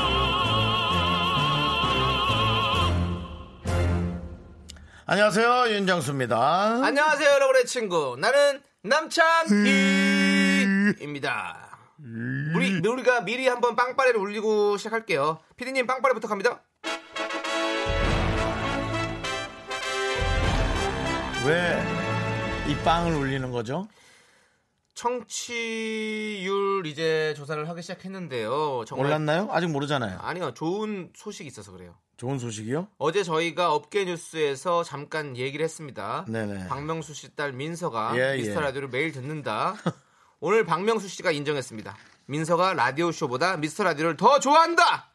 안녕하세요 윤정수입니다. 안녕하세요, 여러분의 친구. 나는 남창희입니다. 우리 우리가 미리 한번 빵빠레를 울리고 시작할게요. 피디님 빵빠레부터 갑니다. 왜 이 빵을 울리는 거죠? 청취율 이제 조사를 하기 시작했는데요. 정말 몰랐나요? 아직 모르잖아요. 아니요, 좋은 소식이 있어서 그래요. 좋은 소식이요? 어제 저희가 업계 뉴스에서 잠깐 얘기를 했습니다. 네네. 박명수 씨 딸 민서가 예, 미스터 예. 라디오를 매일 듣는다. 오늘 박명수 씨가 인정했습니다. 민서가 라디오 쇼보다 미스터 라디오를 더 좋아한다.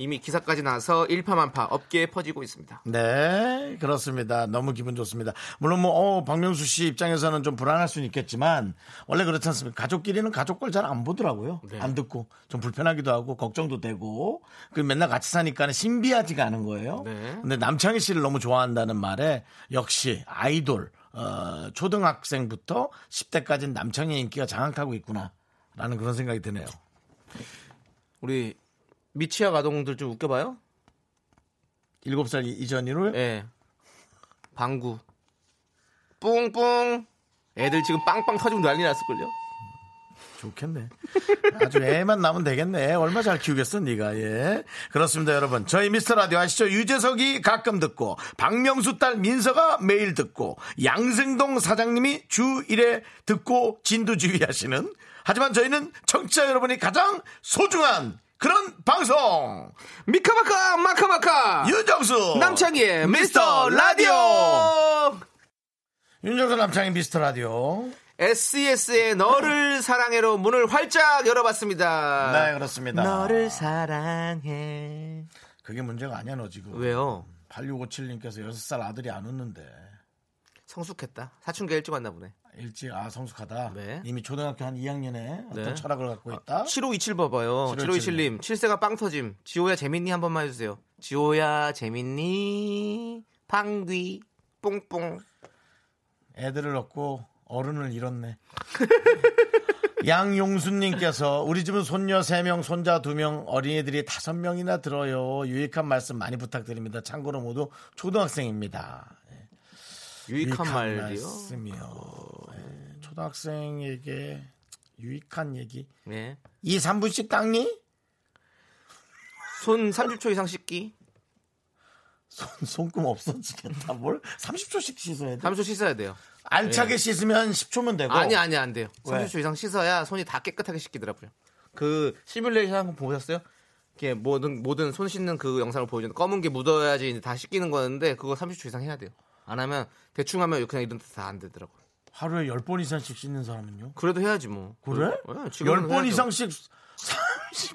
이미 기사까지 나서 일파만파 업계에 퍼지고 있습니다. 네, 그렇습니다. 너무 기분 좋습니다. 물론 뭐, 어, 박명수 씨 입장에서는 좀 불안할 수는 있겠지만, 원래 그렇지 않습니까? 가족끼리는 가족 걸 잘 안 보더라고요. 네. 안 듣고. 좀 불편하기도 하고, 걱정도 되고, 그 맨날 같이 사니까 신비하지가 않은 거예요. 네. 근데 남창희 씨를 너무 좋아한다는 말에, 역시 아이돌, 어, 초등학생부터 10대까지는 남창희의 인기가 장악하고 있구나. 라는 그런 생각이 드네요. 우리 미취학 아동들 좀 웃겨봐요. 7살 이- 이전 이후에 예. 방구. 뿡뿡. 애들 지금 빵빵 터지고 난리 났을걸요? 좋겠네. 아주 애만 남으면 되겠네. 얼마 잘 키우겠어, 네가. 예. 그렇습니다, 여러분. 저희 미스터 라디오 아시죠? 유재석이 가끔 듣고, 박명수 딸 민서가 매일 듣고, 양승동 사장님이 주 1회 듣고 진두지휘 하시는. 하지만 저희는 청취자 여러분이 가장 소중한 그런 방송. 미카마카 마카마카. 유정수. 아, 남창희의 미스터 라디오. 윤정수 남창희 미스터 라디오. SES의 E 너를 사랑해로 문을 활짝 열어봤습니다. 네, 그렇습니다. 아, 너를 사랑해. 그게 문제가 아니야, 너 지금. 왜요? 8657님께서 6살 아들이 안 웃는데. 성숙했다. 사춘기 일찍 왔나 보네. 일찍 아 성숙하다. 네. 이미 초등학교 한 2학년에 어떤 네. 철학을 갖고 있다. 7527 봐봐요. 7527 님. 7527님. 7세가 빵 터짐. 지호야 재밌니 한 번만 해주세요. 지호야 재밌니? 방귀. 뽕뽕. 애들을 얻고 어른을 잃었네. 양용수님께서 우리 집은 손녀 3명, 손자 2명, 어린이들이 5명이나 들어요. 유익한 말씀 많이 부탁드립니다. 참고로 모두 초등학생입니다. 유익한, 말이요. 말씀이요. 예, 초등학생에게 유익한 얘기. 네. 2, 3분씩 닦니? 손 30초 이상 씻기. 손, 손금 없어지겠다. 뭘 30초씩 씻어야 돼. 30초 씻어야 돼요. 알차게 씻으면 10초면 되고. 예. 아니 아니 안 돼요. 왜? 30초 이상 씻어야 손이 다 깨끗하게 씻기더라고요. 그 시뮬레이션 한번 보셨어요? 이게 모든 모든 손 씻는 그 영상을 보여주는 검은 게 묻어야지 이제 다 씻기는 거였는데 그거 30초 이상 해야 돼요. 안 하면 대충 하면 그냥 이런 데서 다안 되더라고. 요 하루에 10번 이상씩 씻는 사람은요? 그래도 해야지 뭐. 그래? 예, 지금은 10번 해야죠. 이상씩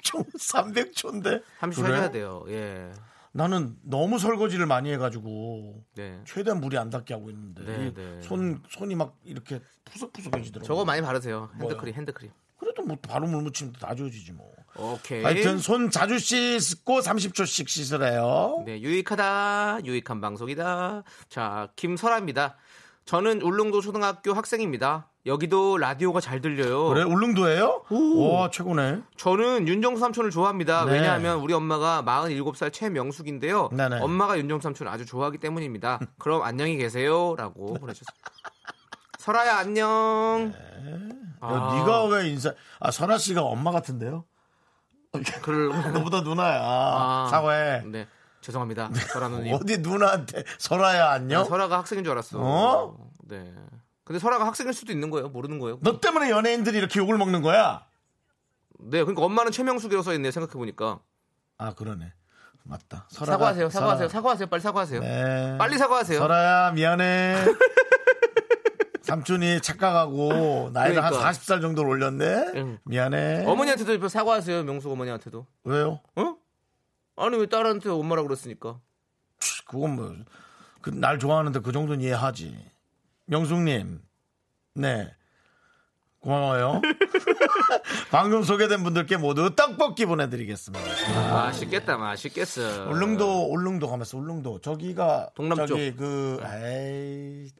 30초, 300초인데. 30초 해야 돼요. 예. 나는 너무 설거지를 많이 해가지고 네. 최대한 물이 안 닿게 하고 있는데 네, 이 네. 손, 손이 막 이렇게 푸석푸석해지더라고요. 저거 많이 바르세요. 핸드크림, 핸드크림. 그래도 뭐 바로 물 묻히면 다 지워지지 뭐. 오케이. 하여튼 손 자주 씻고 30초씩 씻으래요. 네, 유익하다. 유익한 방송이다. 자, 김설아입니다. 저는 울릉도 초등학교 학생입니다. 여기도 라디오가 잘 들려요. 그래 울릉도예요? 오. 와 최고네. 저는 윤정수 삼촌을 좋아합니다. 네. 왜냐하면 우리 엄마가 47살 최명숙인데요. 네네. 음. 엄마가 윤정수 삼촌을 아주 좋아하기 때문입니다. 그럼 안녕히 계세요라고 보내주셨습니다. 설아야 안녕. 아, 야, 네가 왜 인사? 아 설아 씨가 엄마 같은데요? 그럴 너보다 누나야. 아. 사과해. 네 죄송합니다. 설아 누님. 어디 누나한테 설아야 안녕? 설아가 학생인 줄 알았어. 네. 어? 네. 근데 설아가 학생일 수도 있는 거예요. 모르는 거예요. 너 때문에 연예인들이 이렇게 욕을 먹는 거야? 네, 그러니까 엄마는 최명숙이라고 써 있네요. 생각해 보니까. 아 그러네. 맞다. 설아가- 사과하세요. 사과하세요. 설아. 사과하세요. 빨리 사과하세요. 네. 빨리 사과하세요. 설아야 미안해. 삼촌이 착각하고 나이를 그러니까. 한 40살 정도로 올렸네. 응. 미안해. 어머니한테도 사과하세요. 명숙 어머니한테도. 왜요? 어? 아니 왜 딸한테 엄마라고 그랬으니까. 그건 뭐 그, 날 좋아하는데 그 정도는 이해하지. 명숙님, 네. 고마워요. 방금 소개된 분들께 모두 떡볶이 보내드리겠습니다. 맛있겠다, 맛있겠어. 울릉도, 울릉도 가면서 울릉도. 저기가. 동남 쪽. 저기 그, 에이,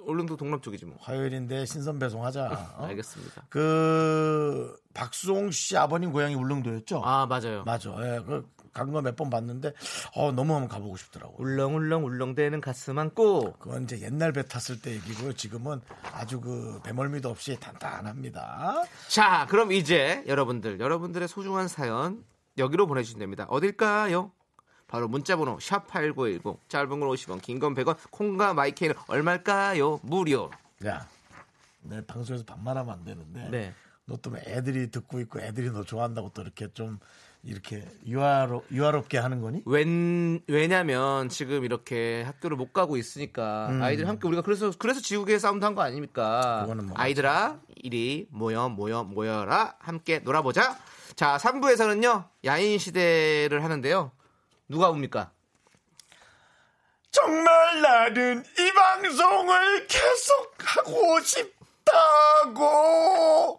울릉도 동남 쪽이지 뭐. 화요일인데 신선 배송하자. 어? 알겠습니다. 그, 박수홍 씨 아버님 고향이 울릉도였죠? 아 맞아요. 맞아. 예, 그, 간거 몇 번 봤는데, 어, 너무 한번 가보고 싶더라고요. 울렁울렁 울렁대는 가슴 안고 그건 이제 옛날 배 탔을 때 얘기고요. 지금은 아주 그 배멀미도 없이 단단합니다. 자, 그럼 이제 여러분들, 여러분들의 소중한 사연 여기로 보내주시면 됩니다. 어딜까요? 바로 문자번호 샵8910 짧은 건 50원 긴 건 100원 콩과 마이케는 얼마일까요? 무료 야, 내 방송에서 반말하면 안 되는데. 네. 너 또뭐 애들이 듣고 있고 애들이 너 좋아한다고 또 이렇게 좀 이렇게 유아로, 유아롭게 하는 거니? 웬, 왜냐면 지금 이렇게 학교를 못 가고 있으니까 아이들 함께 우리가 그래서 그래서 지우개 싸움도 한 거 아닙니까? 음. 그거는 뭐 아이들아 이리 모여 모여 모여라 함께 놀아보자. 자 3부에서는요 야인 시대를 하는데요 누가 옵니까? 정말 나는 이 방송을 계속하고 싶다고.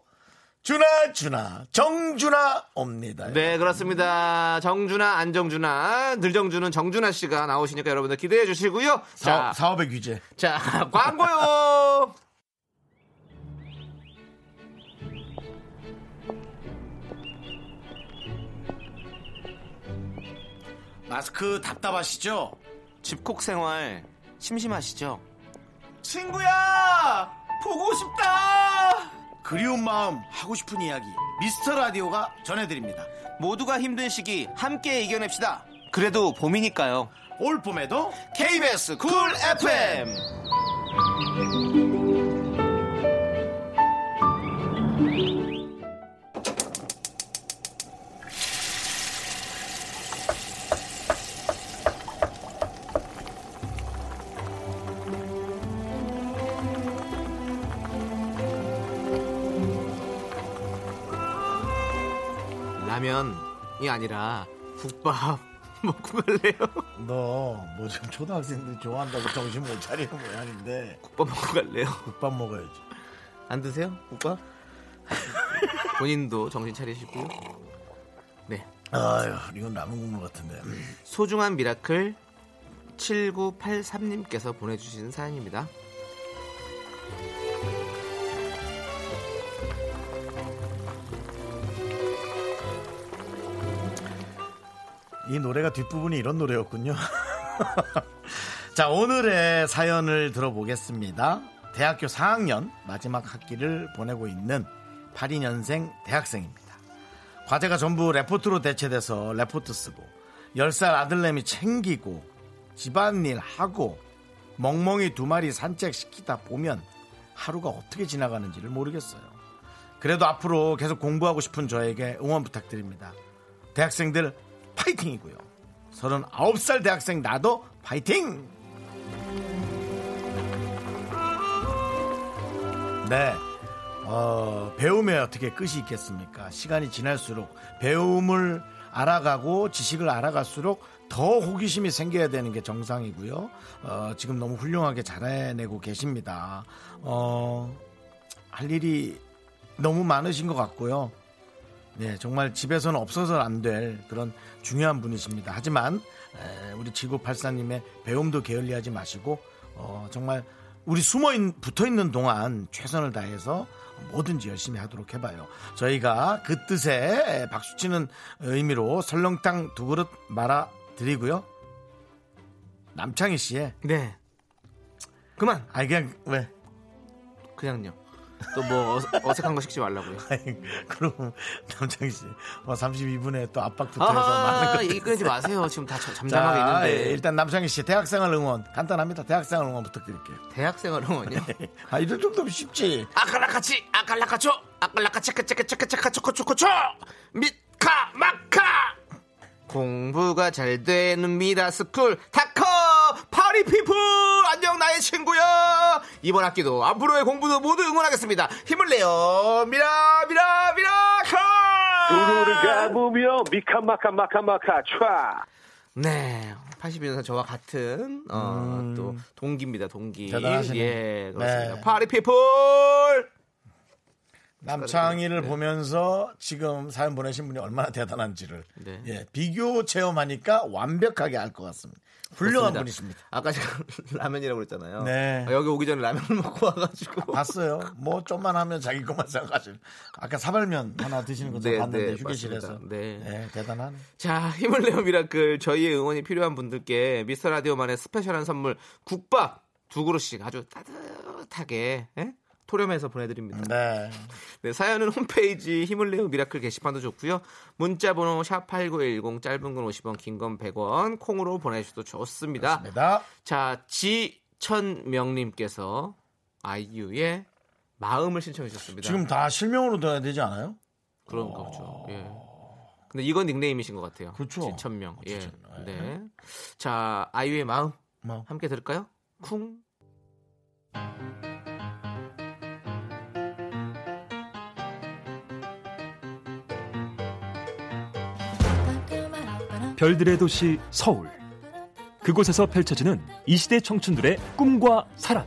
준아, 준아, 정준아 옵니다. 네 그렇습니다 정준아 안정준아 늘정준은 정준아 씨가 나오시니까 여러분들 기대해 주시고요. 사, 자, 사업의 규제. 자 광고요. 마스크 답답하시죠? 집콕 생활 심심하시죠? 친구야 보고 싶다. 그리운 마음 하고 싶은 이야기 미스터 라디오가 전해드립니다. 모두가 힘든 시기 함께 이겨냅시다. 그래도 봄이니까요. 올 봄에도 KBS 쿨 FM. 라면이 아니라 국밥 먹고 갈래요? 너 뭐 좀 초등학생들 좋아한다고 정신 못 차리는 모양인데 국밥 먹고 갈래요? 국밥 먹어야지. 안 드세요? 국밥? 본인도 정신 차리시고. 네. 아유 이건 남은 국물 같은데. 소중한 미라클 7983님께서 보내주신 사연입니다. 이 노래가 뒷부분이 이런 노래였군요. 자, 오늘의 사연을 들어보겠습니다. 대학교 4학년 마지막 학기를 보내고 있는 82년생 대학생입니다. 과제가 전부 레포트로 대체돼서 레포트 쓰고, 10살 아들내미 챙기고, 집안일 하고, 멍멍이 두 마리 산책시키다 보면 하루가 어떻게 지나가는지를 모르겠어요. 그래도 앞으로 계속 공부하고 싶은 저에게 응원 부탁드립니다. 대학생들 파이팅이고요. 39살 대학생 나도 파이팅! 네. 어, 배움에 어떻게 끝이 있겠습니까? 시간이 지날수록 배움을 알아가고 지식을 알아갈수록 더 호기심이 생겨야 되는 게 정상이고요. 어, 지금 너무 훌륭하게 잘해내고 계십니다. 어, 할 일이 너무 많으신 것 같고요. 네, 정말 집에서는 없어서는 안 될 그런 중요한 분이십니다. 하지만 에, 우리 7984님의 배움도 게을리하지 마시고 어, 정말 우리 숨어 있, 붙어 있는 동안 최선을 다해서 뭐든지 열심히 하도록 해봐요. 저희가 그 뜻에 박수치는 의미로 설렁탕 두 그릇 말아 드리고요. 남창희 씨의 네. 그만. 아 그냥 왜 그냥요. 또 뭐 어색한 거 시키지 말라고요. 아니, 그럼 남창희 씨 어, 32분에 또 압박 붙어서 많은 아, 것들 얘기 끊지 마세요. 지금 다 잠- 잠잠하게 자, 있는데. 예, 일단 남창희 씨 대학생활 응원 간단합니다. 대학생활 응원 부탁드릴게요. 대학생활 응원이요? 아 이럴 정도면 쉽지. 네. 아칼라카치, 아칼라카초, 아칼라카차카차카차카차카초코초코초, 미카 마카. 공부가 잘 되는 미라스쿨 타커 파리 피플 안녕 나의 친구야 이번 학기도 앞으로의 공부도 모두 응원하겠습니다 힘을 내요 미라 미라 미라카 우르르 가부며 미카마카 마카마카 촤 네 82년생 저와 같은 어, 또 동기입니다. 동기. 음. 대단하시네요. 예, 그렇습니다. 네. 파리 피플. 남창희를 네. 보면서 지금 사연 보내신 분이 얼마나 대단한지를 네. 예, 비교 체험하니까 완벽하게 알 것 같습니다. 훌륭한 분이십니다. 아까 제가 라면이라고 그랬잖아요. 네. 아, 여기 오기 전에 라면을 먹고 와가지고. 봤어요. 뭐 좀만 하면 자기 것만 생각하시는. 아까 사발면 하나 드시는 거 제가 네, 봤는데 네, 휴게실에서. 맞습니다. 네. 예, 대단하네. 자, 힘을 내요 미라클. 저희의 응원이 필요한 분들께 미스터 라디오만의 스페셜한 선물 국밥 두 그릇씩 아주 따뜻하게 예? 토렴해서 보내드립니다. 네. 네, 사연은 홈페이지 힘을 내요 미라클 게시판도 좋고요. 문자 번호 샵8910 짧은 건 50원, 긴 건 100원 콩으로 보내주셔도 좋습니다. 입니다. 자, 지천명 님께서 아이유의 마음을 신청해 주셨습니다. 지금 다 실명으로 돼야 되지 않아요? 그런 거죠. 예. 근데 이건 닉네임이신 것 같아요. 그렇죠. 지천명. 예. 지천명. 예. 네. 자, 아이유의 마음 뭐. 함께 들을까요? 쿵. 별들의 도시 서울. 그곳에서 펼쳐지는 이 시대 청춘들의 꿈과 사랑.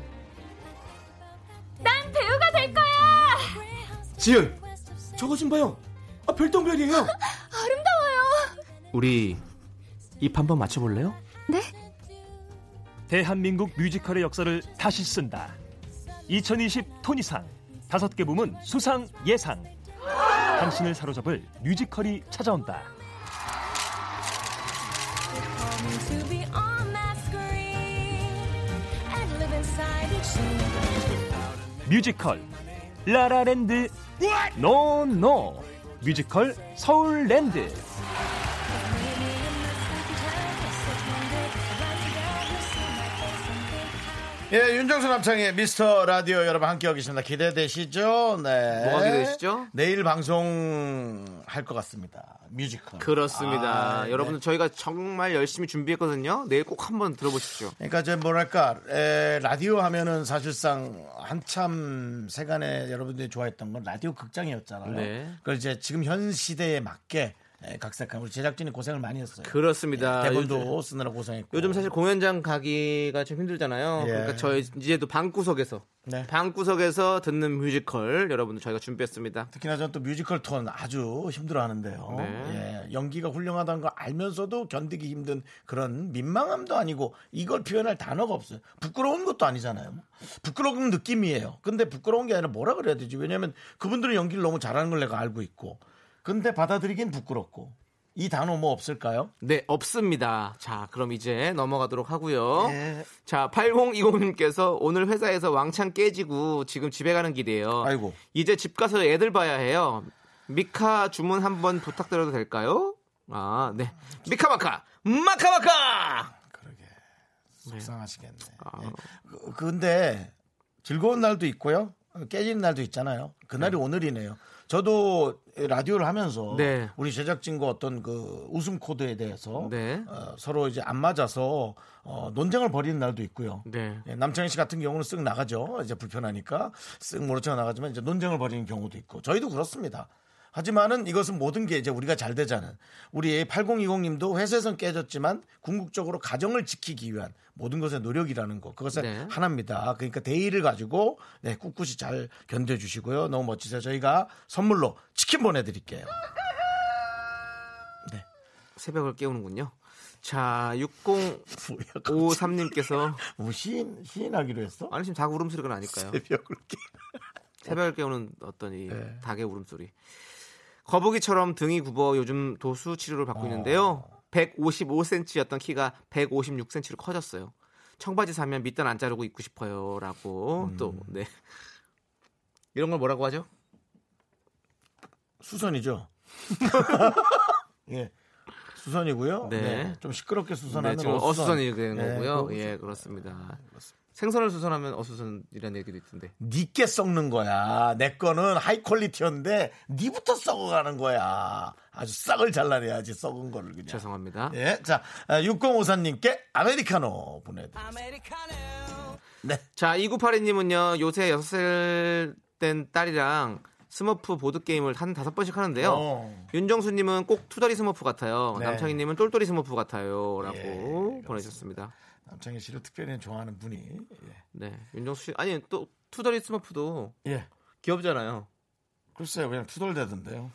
난 배우가 될 거야. 지은. 저거 좀 봐요. 아, 별똥별이에요. 아름다워요. 우리 입 한번 맞춰 볼래요? 대한민국 뮤지컬의 역사를 다시 쓴다. 2020 토니상 다섯 개 부문 수상 예상. 당신을 사로잡을 뮤지컬이 찾아온다. 뮤지컬 라라랜드 노노 뮤지컬 서울랜드 예, 윤정수 남창의 미스터 라디오 여러분 함께하고 계십니다. 기대되시죠? 네. 뭐가 기대되시죠? 내일 방송 할 것 같습니다. 뮤지컬. 그렇습니다. 아, 네. 여러분들 저희가 정말 열심히 준비했거든요. 내일 꼭 한번 들어보십시오. 그러니까 이제 뭐랄까 에, 라디오 하면은 사실상 한참 세간에 여러분들이 좋아했던 건 라디오 극장이었잖아요. 네. 그걸 이제 지금 현 시대에 맞게 에, 각색한 우리 제작진이 고생을 많이 했어요. 예, 그렇습니다. 네, 대본도 요즘, 쓰느라 고생했고. 요즘 사실 공연장 가기가 좀 힘들잖아요. 예. 그러니까 저희 이제도 방구석에서 네. 방구석에서 듣는 뮤지컬 여러분들 저희가 준비했습니다. 특히나 저는 또 뮤지컬 톤 아주 힘들어하는데요. 네. 예, 연기가 훌륭하다는 걸 알면서도 견디기 힘든 그런 민망함도 아니고 이걸 표현할 단어가 없어요. 부끄러운 것도 아니잖아요. 뭐 부끄러운 느낌이에요. 근데 부끄러운 게 아니라 뭐라 그래야 되지? 왜냐하면 그분들은 연기를 너무 잘하는 걸 내가 알고 있고, 근데 받아들이긴 부끄럽고 이 단어 뭐 없을까요? 네, 없습니다. 자, 그럼 이제 넘어가도록 하고요. 예. 자, 8020님께서 오늘 회사에서 왕창 깨지고 지금 집에 가는 길이에요. 아이고. 이제 집 가서 애들 봐야 해요. 미카 주문 한번 부탁드려도 될까요? 아, 네. 미카마카! 마카마카! 그러게 속상하시겠네. 아. 예. 그- 근데 즐거운 날도 있고요. 깨진 날도 있잖아요. 그날이 오늘이네요. 저도 라디오를 하면서 네. 우리 제작진과 어떤 그 웃음 코드에 대해서 네. 어, 서로 이제 안 맞아서 어, 논쟁을 벌이는 날도 있고요. 네. 예, 남창희 씨 같은 경우는 쓱 나가죠. 이제 불편하니까 쓱 모르쳐 나가지만 이제 논쟁을 벌이는 경우도 있고 저희도 그렇습니다. 하지만은 이것은 모든 게 이제 우리가 잘 되자는 우리 8020님도 회사에선 깨졌지만 궁극적으로 가정을 지키기 위한 모든 것의 노력이라는 거 그것의 네. 하나입니다. 그러니까 대의를 가지고 네, 꿋꿋이 잘 견뎌주시고요. 너무 멋지세요. 저희가 선물로 치킨 보내드릴게요. 새벽을 깨우는군요. 자, 6053님께서 뭐 시인 시인하기로 했어? 예, 아니 지금 닭 울음소리가 나니까요. 새벽을 깨. 새벽을 깨우는 어떤 이 닭의 울음소리. 거북이처럼 등이 굽어 요즘 도수 치료를 받고 있는데요. 155cm였던 키가 156cm로 커졌어요. 청바지 사면 밑단 안 자르고 입고 싶어요라고 또 네. 이런 걸 뭐라고 하죠? 수선이죠. 예. 수선이고요. 네. 네. 좀 시끄럽게 수선하는 네, 지금 어수선. 어수선이 되는 네, 거고요. 그거 예, 그렇습니다. 네. 생선을 수선하면 어수선이라는 얘기도 있던데. 니께 썩는 거야. 내 거는 하이 퀄리티였는데 니부터 썩어가는 거야. 아주 싹을 잘라내야지 썩은 거를 그냥. 죄송합니다. 예, 자 6054님께 아메리카노 보내드립니다. 네, 자, 2982님은요, 요새 6살 된 딸이랑 스머프 보드 게임을 한 다섯 번씩 하는데요. 어. 윤정수님은 꼭 투덜이 스머프 같아요. 네. 남창희님은 똘똘이 스머프 같아요라고 예, 그렇습니다. 보내셨습니다. 남창희 씨를 특별히 좋아하는 분이 예. 네, 윤정수 씨 아니 또 투덜이 스머프도 예. 귀엽잖아요. 글쎄요 그냥 투덜대던데요.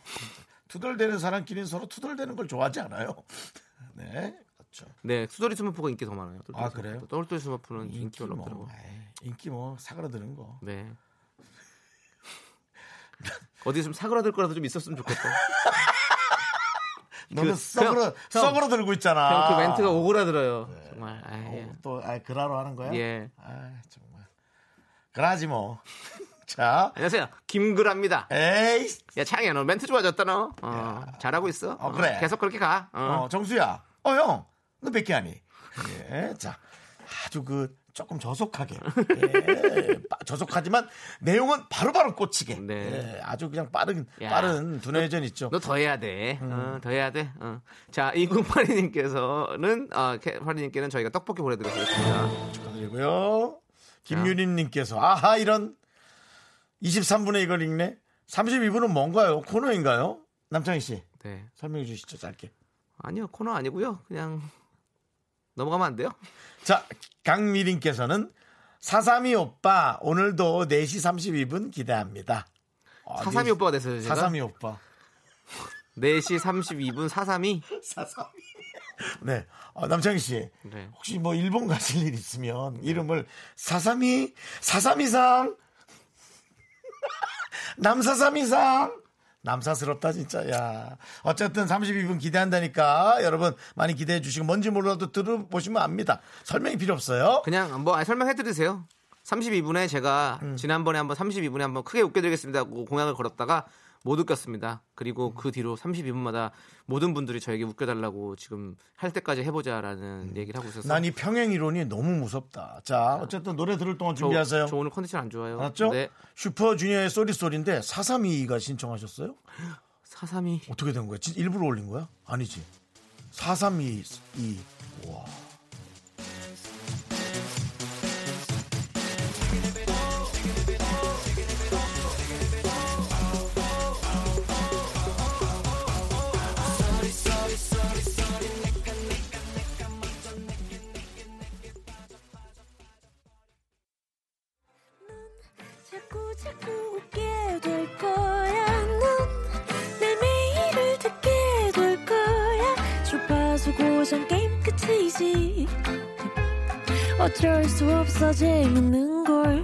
투덜대는 사람끼리는 서로 투덜대는 걸 좋아하지 않아요. 네 그렇죠. 네, 투덜이 스머프가 인기 더 많아요. 똘똘이 아, 스머프. 그래요? 똘똘이 스머프는 인기 음, 인기가 뭐 높더라고. 요 에이, 인기 뭐 사그라드는 거. 네. 어디 좀 사그라들 거라도 좀 있었으면 좋겠다. 너는 그, 썩으로 형, 형. 썩으로 들고 있잖아. 그냥 그 멘트가 오그라들어요. 정말. 아, 어, 또 아, 그라로 하는 거야? 예. 아 정말 그라지 뭐. 자 안녕하세요, 김그라입니다. 에이 야 창이야, 너 멘트 좋아졌다 너. 어, 잘하고 있어. 어, 그래. 계속 그렇게 가. 어. 어, 정수야. 어, 형. 너 몇 개 하니? 예. 자. 아주 그 조금 저속하게. 예. 빠- 저속하지만 내용은 바로바로 꽂히게. 네. 예. 아주 그냥 빠른 야. 빠른 두뇌전 있죠. 너 더 해야 돼. 음. 어, 더 해야 돼. 어. 자, 이국파리님께서는, 어, 캐- 파리님께는 저희가 떡볶이 보내드리겠습니다. 축하드리고요. 김유림 님께서 아하 이런 23분의 이걸 읽네. 32분은 뭔가요? 코너인가요? 남창희 씨. 네. 설명해 주시죠. 짧게. 아니요, 코너 아니고요 그냥 넘어가면 안 돼요? 자, 강미린께서는 사삼이 오빠 오늘도 4시 32분 기대합니다. 아, 사삼이 네- 오빠가 됐어요, 제가. 사삼이 오빠. 4시 32분 사삼이. 사삼이. 네. 어, 남창희 씨. 네. 혹시 뭐 일본 가실 일 있으면 이름을 사삼이 사삼이상 남사삼이상 남사스럽다 진짜 야 어쨌든 32분 기대한다니까 여러분 많이 기대해 주시고 뭔지 몰라도 들어보시면 압니다 설명이 필요 없어요 그냥 뭐, 아니, 설명해드리세요. 32분에 제가 음. 지난번에 한번 32분에 한번 크게 웃겨드리겠습니다. 고 공약을 걸었다가 못 웃겼습니다. 음. 그리고 그 뒤로 32분마다 모든 분들이 저에게 웃겨달라고 지금 할 때까지 해보자라는 얘기를 하고 있어서. 음. 난 이 평행 이론이 너무 무섭다 자 어쨌든 노래 들을 동안 저- 준비하세요 저, 오늘 컨디션 안 좋아요. 알았죠 네. 슈퍼주니어의 쏘리쏘리인데 432가 신청하셨어요 사삼이. 어떻게 된 거야? 진 일부러 올린 거야? 아니지. 4322. 와. 자꾸 자꾸 웃게 될 거야. 넌내 매일을 듣게 될 거야. 주파수 고정 게임 끝이지. 어쩔 수 없어 재밌는 걸.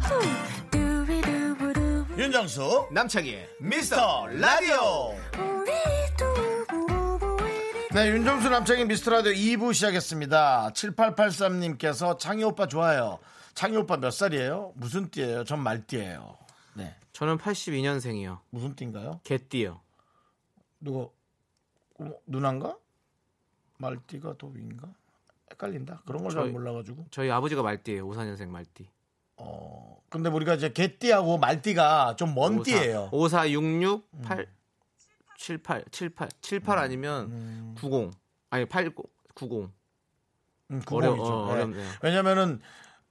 후. 두비두부두부. 윤정수 남창희의 미스터 라디오. 우리 두부부부리. 네, 윤정수 남창희 미스터 라디오 2부 시작했습니다. 7883님께서 창희 오빠 좋아요. 창희 오빠 몇 살이에요? 무슨 띠예요? 전 말띠예요. 네. 저는 82년생이요. 무슨 띠인가요? 개띠요. 누구 어, 누난가? 말띠가 더 위인가? 헷갈린다. 그런 걸 잘 저희- 몰라가지고. 저희 아버지가 말띠예요. 54년생 말띠. 어. 근데 우리가 이제 개띠하고 말띠가 좀 먼 띠예요. 음. 54, 66, 8, 78, 78. 78 아니면 90. 아니 80, 90. 음, 어려- 구멍이죠. 어, 네. 어렵네요. 왜냐면은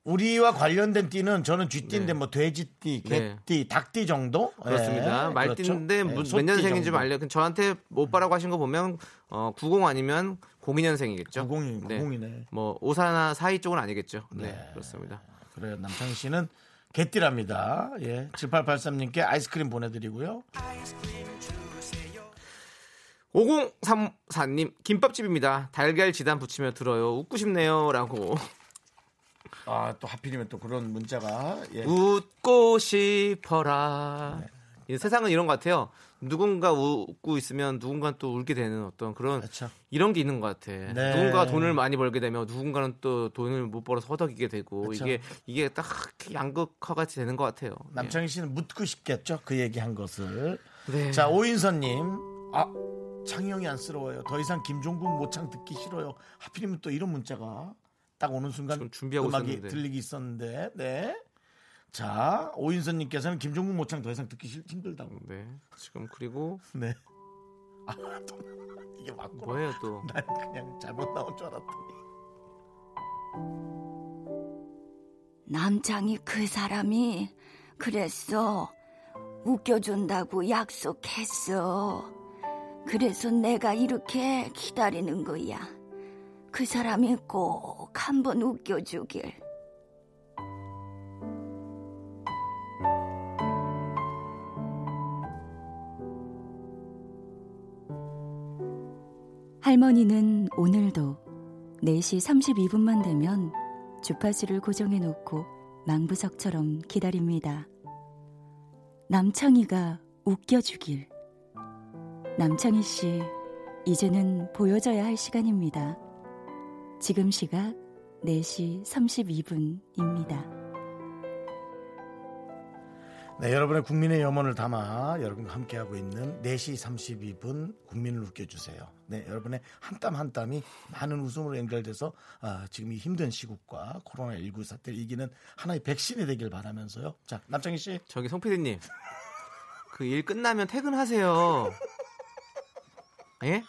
우리와 관련된 띠는 저는 쥐띠인데 네. 뭐 돼지띠, 네. 개띠, 닭띠 정도? 그렇습니다. 예, 말띠인데 그렇죠. 예, 무- 몇 소띠 년생인지 정도. 알려. 저한테 뭐 오빠라고 하신 거 보면 어, 90 아니면 02년생이겠죠. 90이, 90이네. 뭐 54나 42 쪽은 아니겠죠. 네, 그렇습니다. 그래요. 남창희 씨는 개띠랍니다. 예. 7883님께 아이스크림 보내드리고요. 5034님 김밥집입니다. 달걀 지단 붙이며 들어요. 웃고 싶네요라고. 아, 또 하필이면 또 그런 문자가. 예. 웃고 싶어라. 네. 이 세상은 이런 것 같아요. 누군가 웃고 있으면 누군가 또 울게 되는 어떤 그런 그렇죠. 이런 게 있는 것 같아. 네. 누군가 돈을 많이 벌게 되면 누군가는 또 돈을 못 벌어서 허덕이게 되고 그쵸. 이게 이게 딱 양극화 같이 되는 것 같아요. 남창희 씨는 묻고 싶겠죠? 그 얘기 한 것을. 네. 자, 오인선님. 아, 창희 형이 안쓰러워요. 더 이상 김종국 모창 듣기 싫어요. 하필이면 또 이런 문자가 딱 오는 순간 지금 준비하고 음악이 있었는데. 들리기 있었는데. 네. 자, 오인선님께서는 김종국 모창 더 이상 듣기 싫, 힘들다고. 예. 네. 지금 그리고 네. 아, 또 이게 맞고. 뭐예요 또? 난 그냥 잘못 나온 줄 알았더니. 남창이 그 사람이 그랬어. 웃겨준다고 약속했어. 그래서 내가 이렇게 기다리는 거야. 그 사람이 꼭 한번 웃겨주길. 할머니는 오늘도 4시 32분만 되면 주파수를 고정해 놓고 망부석처럼 기다립니다. 남창희가 웃겨주길. 남창희 씨, 이제는 보여줘야 할 시간입니다. 지금 시각 4시 32분입니다. 네, 여러분의 국민의 염원을 담아 여러분과 함께하고 있는 4시 32분 국민을 웃겨주세요. 네, 여러분의 한 땀 한 땀이 많은 웃음으로 연결돼서 아, 지금 이 힘든 시국과 코로나19 사태를 이기는 하나의 백신이 되길 바라면서요. 자, 남창희 씨. 저기 송PD님 그 일 끝나면 퇴근하세요 예?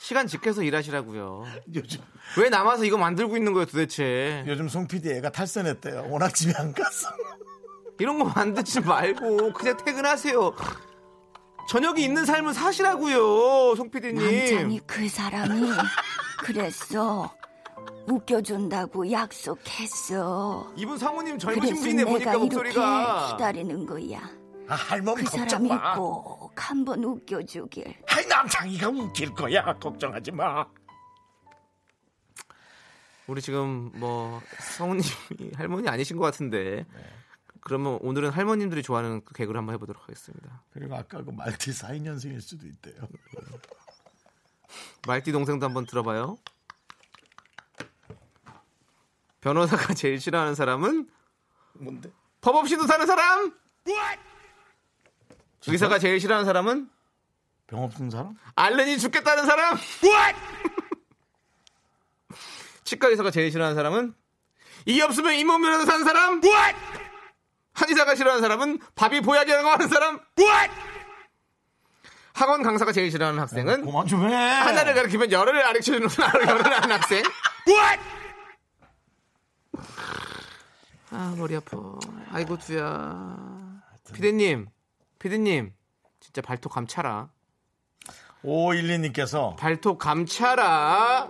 시간 지켜서 일하시라고요 요즘, 왜 남아서 이거 만들고 있는 거예요 도대체 요즘 송 PD 애가 탈선했대요. 워낙 집에 안 갔어. 이런 거 만들지 말고 그냥 퇴근하세요 저녁이 있는 삶은 사시라고요 남창이 송PD님 그 사람이 그랬어. 웃겨준다고 약속했어. 이분 성우님 젊으신 그래서 분이네 내가 보니까 이렇게 목소리가 기다리는 거야. 아, 할머니 그 걱정 사람이 마. 꼭 한번 웃겨주길. 아이, 남창희가 웃길 거야. 걱정하지 마. 우리 지금 뭐 성우님이 할머니 아니신 것 같은데 네. 그러면 오늘은 할머님들이 좋아하는 그 개그를 한번 해보도록 하겠습니다 그리고 아까 그 말티 4인년생일 수도 있대요. 말띠 동생도 한번 들어봐요. 변호사가 제일 싫어하는 사람은 뭔데? 법 없이도 사는 사람. 의사가 제일 싫어하는 사람은 병 없는 사람? 알렌이 죽겠다는 사람. 치과 의사가 제일 싫어하는 사람은 이 없으면 이 몸이라도 사는 사람. 한의사가 싫어하는 사람은 밥이 보약이라고 하는 사람. 학원 강사가 제일 싫어하는 학생은 그만 좀 해. 하나를 가르치면 열흘을 가르치는 열흘을 하는 학생. 아 머리 아파. 아이고 두야. 피디님, 피디님, 진짜 발톱 감차라. 512님께서 발톱 감차라.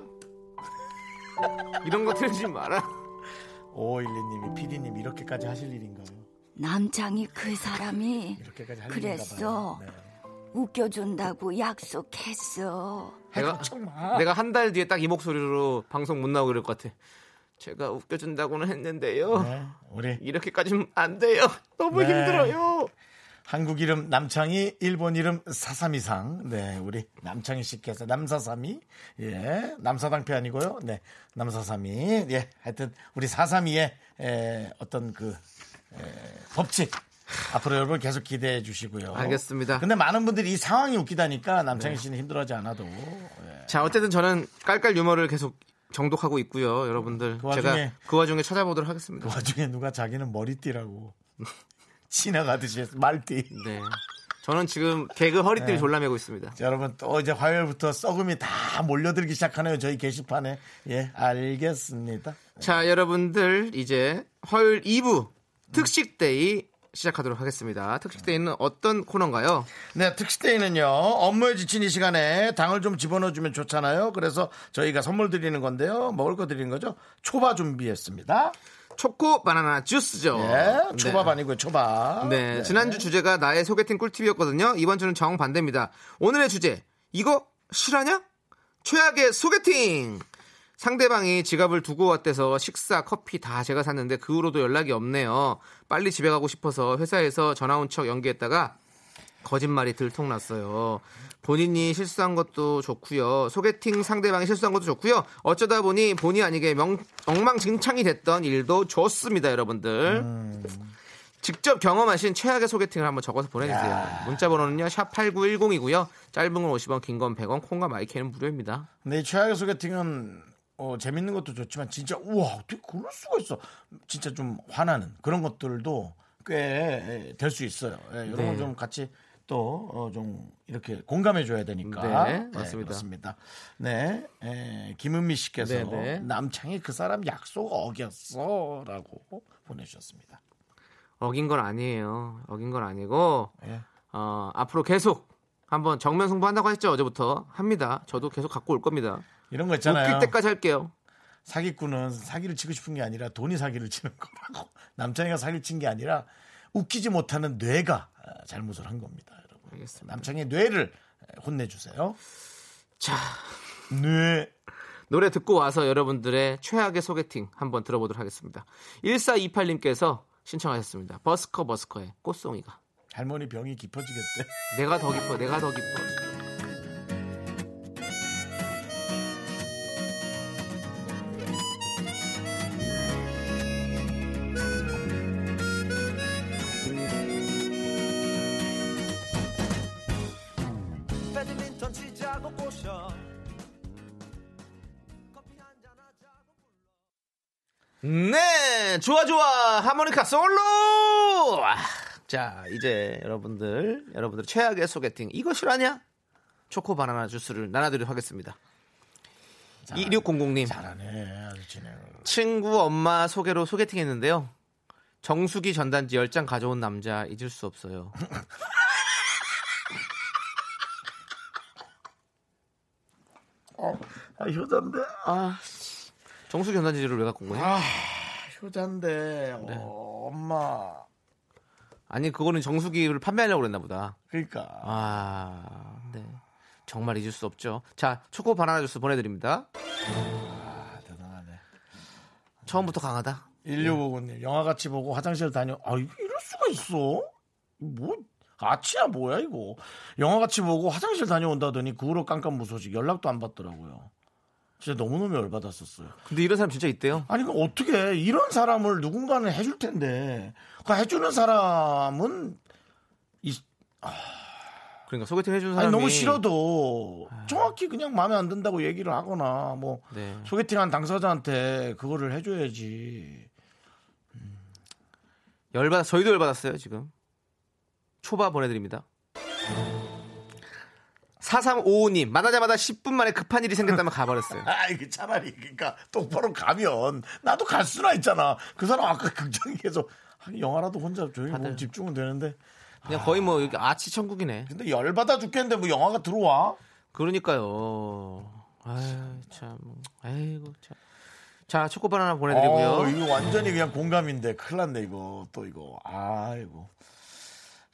이런 거 틀지 마라. 512님이 PD님 이렇게까지 하실 일인가요? 남창이 그 사람이 이렇게까지 할 일인가 봐요. 그랬어. 네. 웃겨준다고 약속했어. 내가 내가 한 달 뒤에 딱 이 목소리로 방송 못 나오고 그럴 것 같아. 제가 웃겨준다고는 했는데요. 네. 네. 우리 이렇게까지는 안 돼요. 너무 네. 힘들어요. 한국 이름 남창희, 일본 이름 사삼이상. 네, 우리 남창희 씨께서 남사삼이, 예, 남사당패 아니고요. 네, 남사삼이, 예, 하여튼 우리 사삼이의 에, 어떤 그 에, 법칙. 앞으로 여러분 계속 기대해 주시고요. 알겠습니다. 네. 근데 많은 분들이 이 상황이 웃기다니까 남창희 씨는 힘들어하지 않아도 예. 자 어쨌든 저는 깔깔 유머를 계속 정독하고 있고요 여러분들 그 와중에- 제가 그 와중에 찾아보도록 하겠습니다 그 와중에 누가 자기는 머리띠라고 지나가듯이 해서 말띠. 네 저는 지금 개그 네. 허리띠를 졸라매고 있습니다 자, 여러분 또 이제 화요일부터 썩음이 다 몰려들기 시작하네요. 저희 게시판에. 예, 알겠습니다. 자 여러분들 이제 화요일 2부 특식데이 시작하도록 하겠습니다 특식데이는 어떤 코너인가요? 네, 특식데이는요. 업무에 지친 이 시간에 당을 좀 집어넣어주면 좋잖아요. 그래서 저희가 선물 드리는 건데요. 먹을 거 드리는 거죠. 초밥 준비했습니다. 초코 바나나 주스죠 예, 초밥 네. 아니고요. 초밥. 네, 지난주 주제가 나의 소개팅 꿀팁이었거든요. 이번 주는 정반대입니다. 오늘의 주제, 이거 실화냐? 최악의 소개팅! 상대방이 지갑을 두고 왔대서 식사, 커피 다 제가 샀는데 그 후로도 연락이 없네요. 빨리 집에 가고 싶어서 회사에서 전화 온 척 연기했다가 거짓말이 들통났어요. 본인이 실수한 것도 좋고요. 소개팅 상대방이 실수한 것도 좋고요. 어쩌다 보니 본의 아니게 명, 엉망진창이 됐던 일도 좋습니다, 여러분들. 직접 경험하신 최악의 소개팅을 한번 적어서 보내주세요. 문자 번호는요. 샵 8910이고요. 짧은 건 50원, 긴 건 100원, 콩과 마이크는 무료입니다. 근데 이 최악의 소개팅은 어, 재밌는 것도 좋지만 진짜 우와 어떻게 그럴 수가 있어 진짜 좀 화나는 그런 것들도 꽤 될 수 있어요 예, 이런 네. 건 좀 같이 또 어, 좀 이렇게 공감해 줘야 되니까 예, 네, 맞습니다. 그렇습니다. 네 예, 김은미 씨께서 네, 네. 남창이 그 사람 약속 어겼어라고 보내주셨습니다 어긴 건 아니에요. 어긴 건 아니고 예. 어, 앞으로 계속 한번 정면 승부한다고 했죠 어제부터 합니다. 저도 계속 갖고 올 겁니다. 이런 거 웃길 있잖아요. 때까지 할게요. 사기꾼은 사기를 치고 싶은 게 아니라 돈이 사기를 치는 거라고. 남창이가 사기를 친 게 아니라 웃기지 못하는 뇌가 아, 잘못을 한 겁니다, 여러분. 알겠습니다. 남창의 뇌를 혼내주세요. 자 뇌. 노래 듣고 와서 여러분들의 최악의 소개팅 한번 들어보도록 하겠습니다. 1428님께서 신청하셨습니다. 버스커 버스커의 꽃송이가 할머니 병이 깊어지겠대. 내가 더 기뻐 내가 더 기뻐 네, 좋아 좋아 하모니카 솔로. 아, 자, 이제 여러분들 여러분들 최악의 소개팅 이거 실화냐? 초코 바나나 주스를 나눠드리도록 하겠습니다. 2600님 잘하네, 아주 진행을. 친구 엄마 소개로 소개팅했는데요. 정수기 전단지 10장 가져온 남자 잊을 수 없어요. 아, 효자인데. 아, 정수기 전단지를 왜 갖고 온 거야? 효자인데. 네. 어, 엄마. 아니 그거는 정수기를 판매하려고 그랬나 보다. 그러니까. 아, 네. 정말 잊을 수 없죠. 자, 초코 바나나 주스 보내드립니다. 아, 대단하네. 처음부터 강하다. 1659님, 영화 같이 보고 화장실 다녀. 아, 이럴 수가 있어? 뭐, 아치야, 뭐야, 이거. 영화 같이 보고 화장실 다녀온다더니 그 후로 깜깜 무소식 연락도 안 받더라고요. 진짜 너무너무 열받았었어요. 근데 이런 사람 진짜 있대요. 아니, 그 어떻게 이런 사람을 누군가는 해줄 텐데, 그 해주는 사람은, 이- 그러니까 소개팅 해준 사람이 아. 아니, 너무 싫어도 정확히 그냥 마음에 안 든다고 얘기를 하거나, 뭐, 네. 소개팅한 당사자한테 그거를 해줘야지. 열받아 저희도 열받았어요 지금. 초바 보내드립니다. 4355님 만나자마자 10분 만에 급한 일이 생겼다면 가버렸어요. 아, 이게 차라리 그러니까 똑바로 가면 나도 갈 수나 있잖아. 그 사람 아까 극장에 계속 아, 영화라도 혼자 조용히 보면 집중은 되는데. 그냥 거의 뭐 여기 아치 천국이네. 근데 열 받아 죽겠는데 뭐 영화가 들어와? 그러니까요. 아유 참, 아이고 참. 자 초코 바나나 어, 보내드리고요. 이거 완전히 그냥 공감인데 큰일 났네 이거 또 이거. 아이고.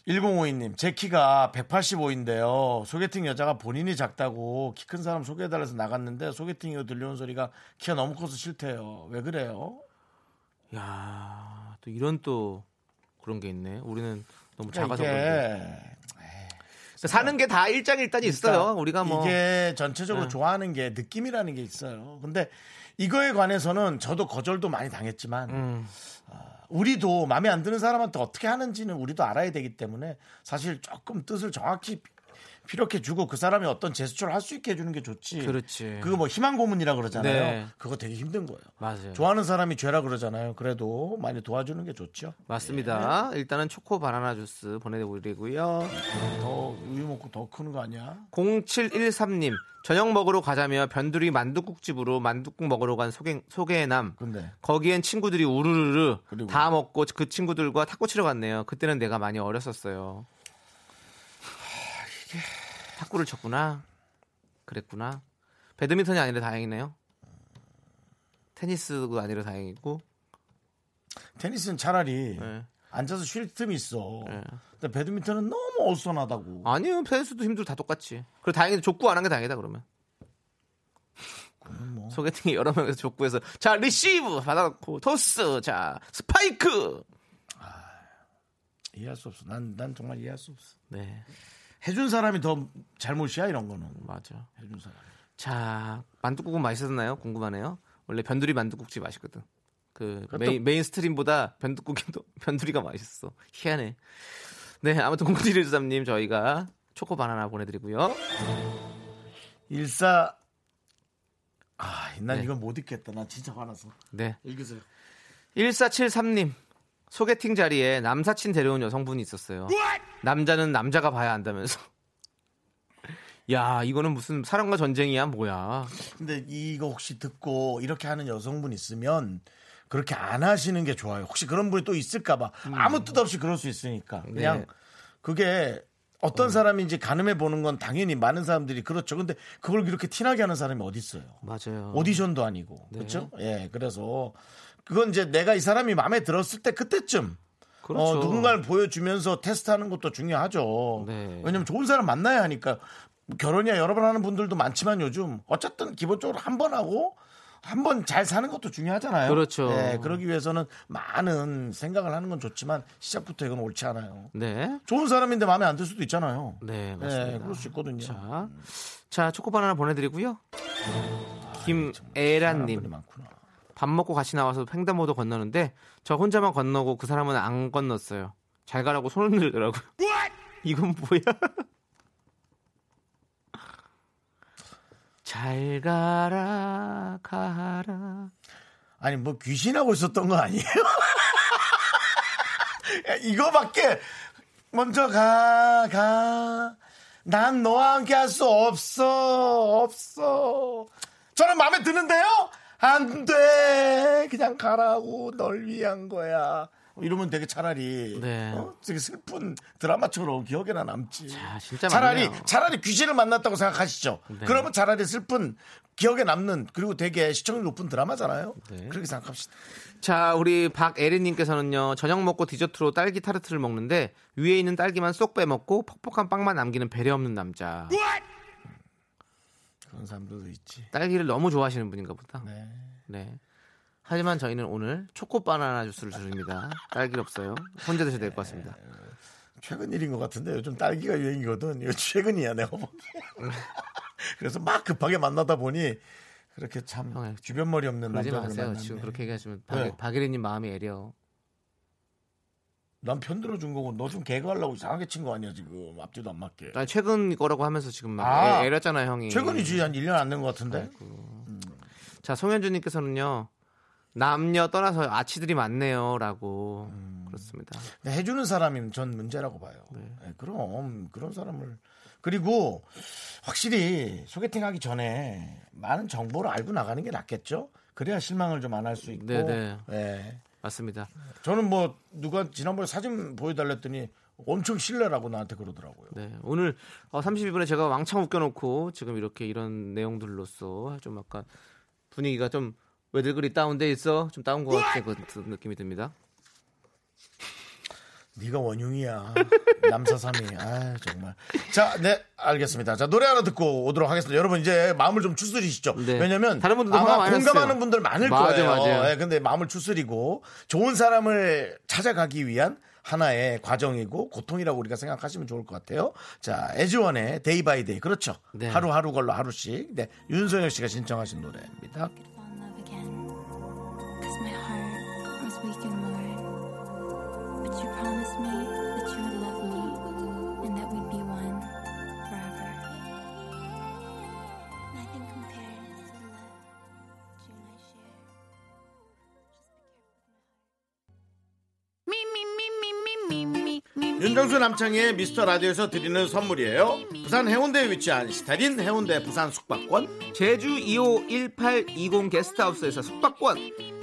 1052님, 제 키가 185인데요. 소개팅 여자가 본인이 작다고 키 큰 사람 소개해달라서 나갔는데 소개팅 이후 들려온 소리가 키가 너무 커서 싫대요. 왜 그래요? 야, 또 이런 또 그런 게 있네. 우리는 너무 작아서 그런데. 그러니까 이게 사는 게 다 일장일단이 있어요. 우리가 뭐 그러니까 네. 이게 전체적으로 좋아하는 게 느낌이라는 게 있어요. 근데 이거에 관해서는 저도 거절도 많이 당했지만 음. 어, 우리도 마음에 안 드는 사람한테 어떻게 하는지는 우리도 알아야 되기 때문에 사실 조금 뜻을 정확히 피력해 주고 그 사람이 어떤 제스처를 할 수 있게 해주는 게 좋지. 그렇지. 그거 뭐 희망 고문이라 그러잖아요. 네. 그거 되게 힘든 거예요. 맞아요. 좋아하는 사람이 죄라 그러잖아요. 그래도 많이 도와주는 게 좋죠. 맞습니다. 예. 일단은 초코 바나나 주스 보내드리고요. 더 우유 먹고 더 크는 거 아니야? 0713님 저녁 먹으러 가자며 변두리 만둣국집으로 만둣국 먹으러 간 소개, 소개남. 근데 거기엔 친구들이 우르르르 그리고. 다 먹고 그 친구들과 탁구 치러 갔네요. 그때는 내가 많이 어렸었어요. 탁구를 쳤구나. 그랬구나. 배드민턴이 아니라 다행이네요. 테니스도 아니라 다행이고. 테니스는 차라리 네. 앉아서 쉴 틈이 있어. 근데 배드민턴은 너무 어수선하다고. 아니요, 테니스도 힘들 다 똑같지. 그리고 다행히 족구 안 한 게 다행이다 그러면. 뭐. 소개팅에 여러 명에서 족구해서 자 리시브 받아놓고 토스 자 스파이크 이해할 수 없어. 난, 난 정말 이해할 수 없어. 네 해준 사람이 더 잘못이야 이런 거는. 맞아 해준 사람. 자 만둣국은 맛있었나요 궁금하네요 원래 변두리 만둣국집 맛있거든 그 그것도- 메인, 메인스트림보다 변두국도 변두리가 맛있어 희한해 네 아무튼 0713님 저희가 초코 바나나 보내드리고요 일사. 아, 난 네. 이건 못 읽겠다. 난 진짜 화나서. 네 읽으세요. 1473님 소개팅 자리에 남사친 데려온 여성분이 있었어요. 남자는 남자가 봐야 한다면서. 야 이거는 무슨 사랑과 전쟁이야 뭐야. 근데 이거 혹시 듣고 이렇게 하는 여성분 있으면 그렇게 안 하시는 게 음. 좋아요. 혹시 그런 분이 또 있을까봐 아무 뜻 없이 그럴 수 있으니까 그냥 네. 그게 어떤 사람인지 가늠해 보는 건 당연히 많은 사람들이 그렇죠. 근데 그걸 그렇게 티나게 하는 사람이 어디 있어요? 맞아요. 오디션도 아니고 네. 그렇죠? 예, 그래서 그건 이제 내가 이 사람이 마음에 들었을 때 그때쯤 그렇죠. 어, 누군가를 보여주면서 테스트하는 것도 중요하죠. 네. 왜냐면 좋은 사람 만나야 하니까 결혼이야 여러 번 하는 분들도 많지만 요즘 어쨌든 기본적으로 한 번 하고 한 번 잘 사는 것도 중요하잖아요. 그렇죠. 예, 그러기 위해서는 많은 생각을 하는 건 좋지만 시작부터 이건 옳지 않아요. 네. 좋은 사람인데 마음에 안 들 수도 있잖아요. 네, 맞습니다. 예, 그럴 수 있거든요. 자, 자 초코바나나 보내드리고요. 아, 사람 분이 김애란님 많구나. 밥 먹고 같이 나와서 횡단보도 건너는데 저 혼자만 건너고 그 사람은 안 건넜어요. 잘 가라고 손을 들더라고요. 이건 뭐야? 잘 가라 가라. 아니 뭐 귀신하고 있었던 거 아니에요? 이거밖에 먼저 가 가. 난 너와 함께 할 수 없어 없어. 저는 마음에 드는데요. 안 돼. 그냥 가라고 널 위한 거야. 이러면 되게 차라리 네. 어? 되게 슬픈 드라마처럼 기억에나 남지. 자, 아, 진짜 차라리 많네요. 차라리 귀신을 만났다고 생각하시죠. 네. 그러면 차라리 슬픈 기억에 남는 그리고 되게 시청률 높은 드라마잖아요. 네. 그렇게 생각합시다. 자, 우리 박애리님께서는요, 저녁 먹고 디저트로 딸기 타르트를 먹는데, 위에 있는 딸기만 쏙 빼먹고, 퍽퍽한 빵만 남기는 배려 없는 남자. 그런 사람들도 있지. 딸기를 너무 좋아하시는 분인가 보다. 네. 네. 하지만 저희는 오늘 초코 바나나 주스를 드립니다. 딸기 없어요. 혼자 드셔야 될 것 같습니다. 네. 최근 일인 것 같은데 요즘 딸기가 유행이거든. 이거 최근이야 내가 보기에. 그래서 막 급하게 만나다 보니 그렇게 참 형님, 주변 머리 없는 어, 그러지 남자들 마세요. 만났네. 지금 그렇게 얘기하시면 왜요? 박, 박예리님 마음이 애려. 난 편들어 준 거고 너 좀 개그하려고 이상하게 친 거 아니야 지금 앞뒤도 안 맞게. 아니, 최근 거라고 하면서 지금 막 아, 애, 애렸잖아요, 형이. 최근이지 한 1년 안 된 것 같은데. 자, 송현주님께서는요, 남녀 떠나서 아치들이 많네요. 라고. 음. 그렇습니다. 근데 해주는 사람이 전 문제라고 봐요. 네. 예, 그럼 그런 사람을 그리고 확실히 소개팅하기 전에 많은 정보를 알고 나가는 게 낫겠죠. 그래야 실망을 좀 안 할 수 있고. 네네. 예. 맞습니다. 저는 뭐 누가 지난번에 사진 보여달랬더니 엄청 신뢰라고 나한테 그러더라고요. 네, 오늘 어, 32분에 제가 왕창 웃겨놓고 지금 이렇게 이런 내용들로써 좀 약간 분위기가 좀 왜들 그리 다운돼 있어? 좀 다운 것 같은 네! 그 느낌이 듭니다. 네가 원흉이야. 남사삼이. 아 정말. 자, 네 알겠습니다. 자 노래 하나 듣고 오도록 하겠습니다. 여러분 이제 마음을 좀 추스리시죠. 네. 왜냐면 다른 분들도 화가 아마 많았어요. 공감하는 분들 많을 맞아요, 거예요. 맞아요. 예, 근데 마음을 추스리고 좋은 사람을 찾아가기 위한 하나의 과정이고 고통이라고 우리가 생각하시면 좋을 것 같아요. 자 에즈원의 데이 바이 데이 그렇죠. 네. 하루하루 걸로 하루씩. 네 윤소영 씨가 신청하신 노래입니다. 윤정수 남창의 미스터 라디오에서 드리는 선물이에요. 부산 해운대에 위치한 시타딘 해운대 부산 숙박권, 제주 2호 1820 게스트하우스에서 숙박권,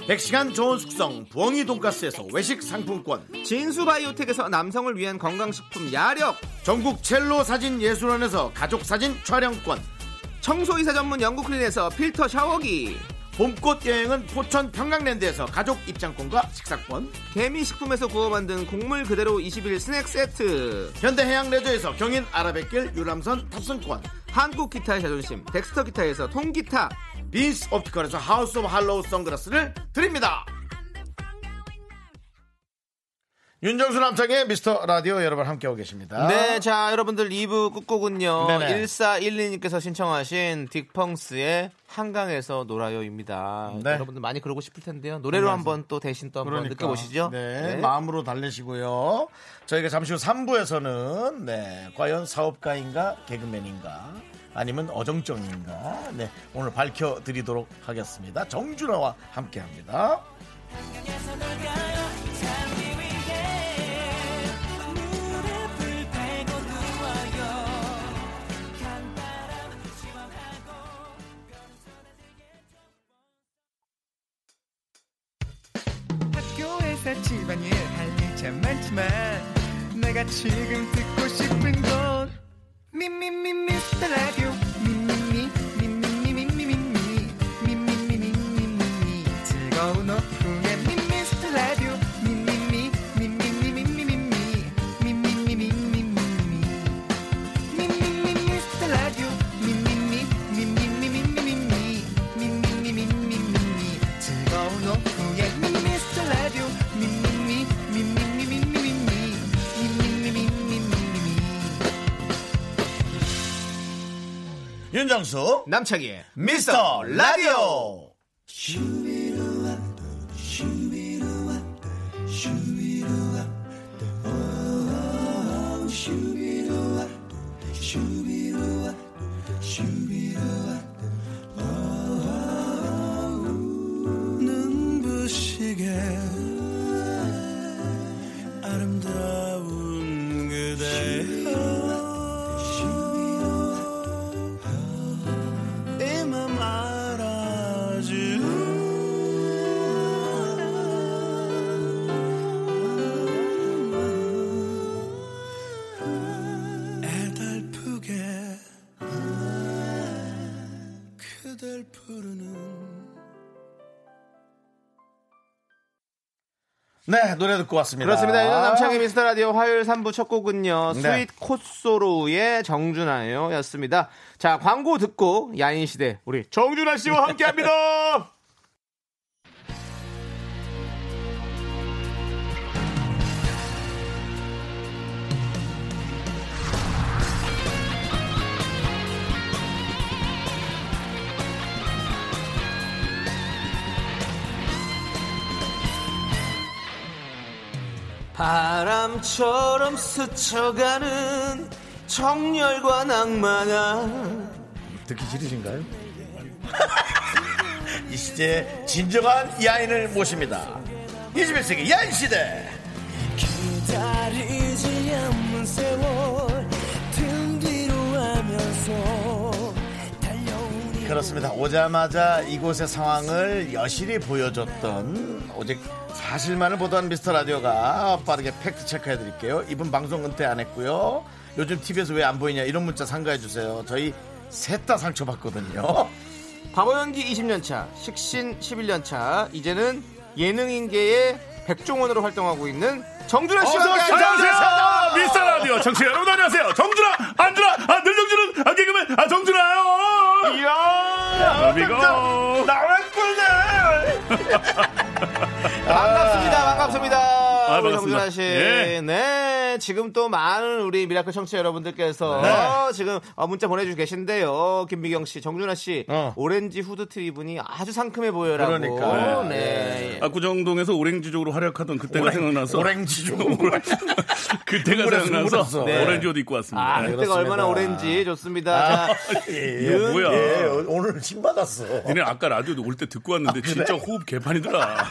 100시간 좋은 숙성 부엉이 돈가스에서 외식 상품권, 진수바이오텍에서 남성을 위한 건강식품 야력, 전국 첼로 사진 예술원에서 가족 사진 촬영권, 청소이사 전문 영국클린에서 필터 샤워기, 봄꽃 여행은 포천 평강랜드에서 가족 입장권과 식사권, 개미식품에서 구워 만든 곡물 그대로 21 스낵 세트, 현대해양레저에서 경인 아라뱃길 유람선 탑승권, 한국 기타의 자존심, 덱스터 기타에서 통기타, 빈스 옵티컬에서 하우스 오브 할로우 선글라스를 드립니다. 윤정수 남창의 미스터 라디오 여러분 함께하고 계십니다. 네, 자, 여러분들 2부 끝곡은요. 아. 네네. 1412님께서 신청하신 딕펑스의 한강에서 놀아요입니다. 네. 여러분들 많이 그러고 싶을 텐데요. 노래로 한번 또 대신 또 한번 느껴보시죠. 그러니까. 네, 마음으로 달래시고요. 저희가 잠시 후 3부에서는 네, 과연 사업가인가 개그맨인가 아니면 어정쩡인가 네, 오늘 밝혀드리도록 하겠습니다. 정준하와 함께합니다. 학교에서 집안일 할 일 참 많지만 내가 지금 듣고 싶은 건 미미미 미스터 라디오 미미미 미미미 미미미 미미미 미미미 즐거운 오후에 미스터 라디오 미미미 미미미 미미미 미미미 미미미 윤정수 남창희의 미스터 라디오 눈부시게 아름다운 그대여 이맘 알아주 애달프게 그댈 부르는 네 노래 듣고 왔습니다 그렇습니다. 이제 남창희 미스터 라디오 화요일 3부 첫 곡은요. 네. 스윗 콧소로우의 정준하예요. 였습니다. 자, 광고 듣고 야인 시대 우리 정준하 씨와 함께 합니다. 바람처럼 스쳐가는 정열과 낭만아 듣기 싫으신가요? 이 시대의 진정한 야인을 모십니다 21세기 야인시대 기다리지 않는 세월 등 뒤로 하면서 달려오니 그렇습니다. 오자마자 이곳의 상황을 여실히 보여줬던 오직 사실만을 보도한 미스터 라디오가 빠르게 팩트 체크해 드릴게요. 이분 방송 은퇴 안 했고요. 요즘 TV에서 왜 안 보이냐 이런 문자 상가해 주세요. 저희 셋 다 상처받거든요. 바보 연기 20년차, 식신 11년차, 이제는 예능인계의 백종원으로 활동하고 있는 정준하 씨. 어서 안녕하세요 미스터 라디오 청취자 여러분 안녕하세요 정준하 안준하 아 늘정준은 아 개그맨 아 정준하요 이야, 그리고 나만 꿀네. 반갑습니다, 반갑습니다. 아, 우리 반갑습니다. 정준하 씨. 예. 네, 지금 또 많은 우리 미라클 청취자 여러분들께서 네. 지금 어, 문자 보내주고 계신데요. 김미경 씨, 정준하 씨, 어. 오렌지 후드티 입은이 아주 상큼해 보여라고. 그러니까. 네. 아, 압구정동에서 오렌지족으로 활약하던 그때가 생각나서 오렌지 좀. 그때가 물에서, 생각나서 물에서. 네. 오렌지 옷 입고 왔습니다. 아, 아, 그때가 그렇습니다. 얼마나 오렌지 좋습니다. 자, 예, 이게 뭐야? 예, 오늘 침 받았어. 니네 아까 라디오도 올 때 듣고 왔는데 진짜 호흡 개판이더라.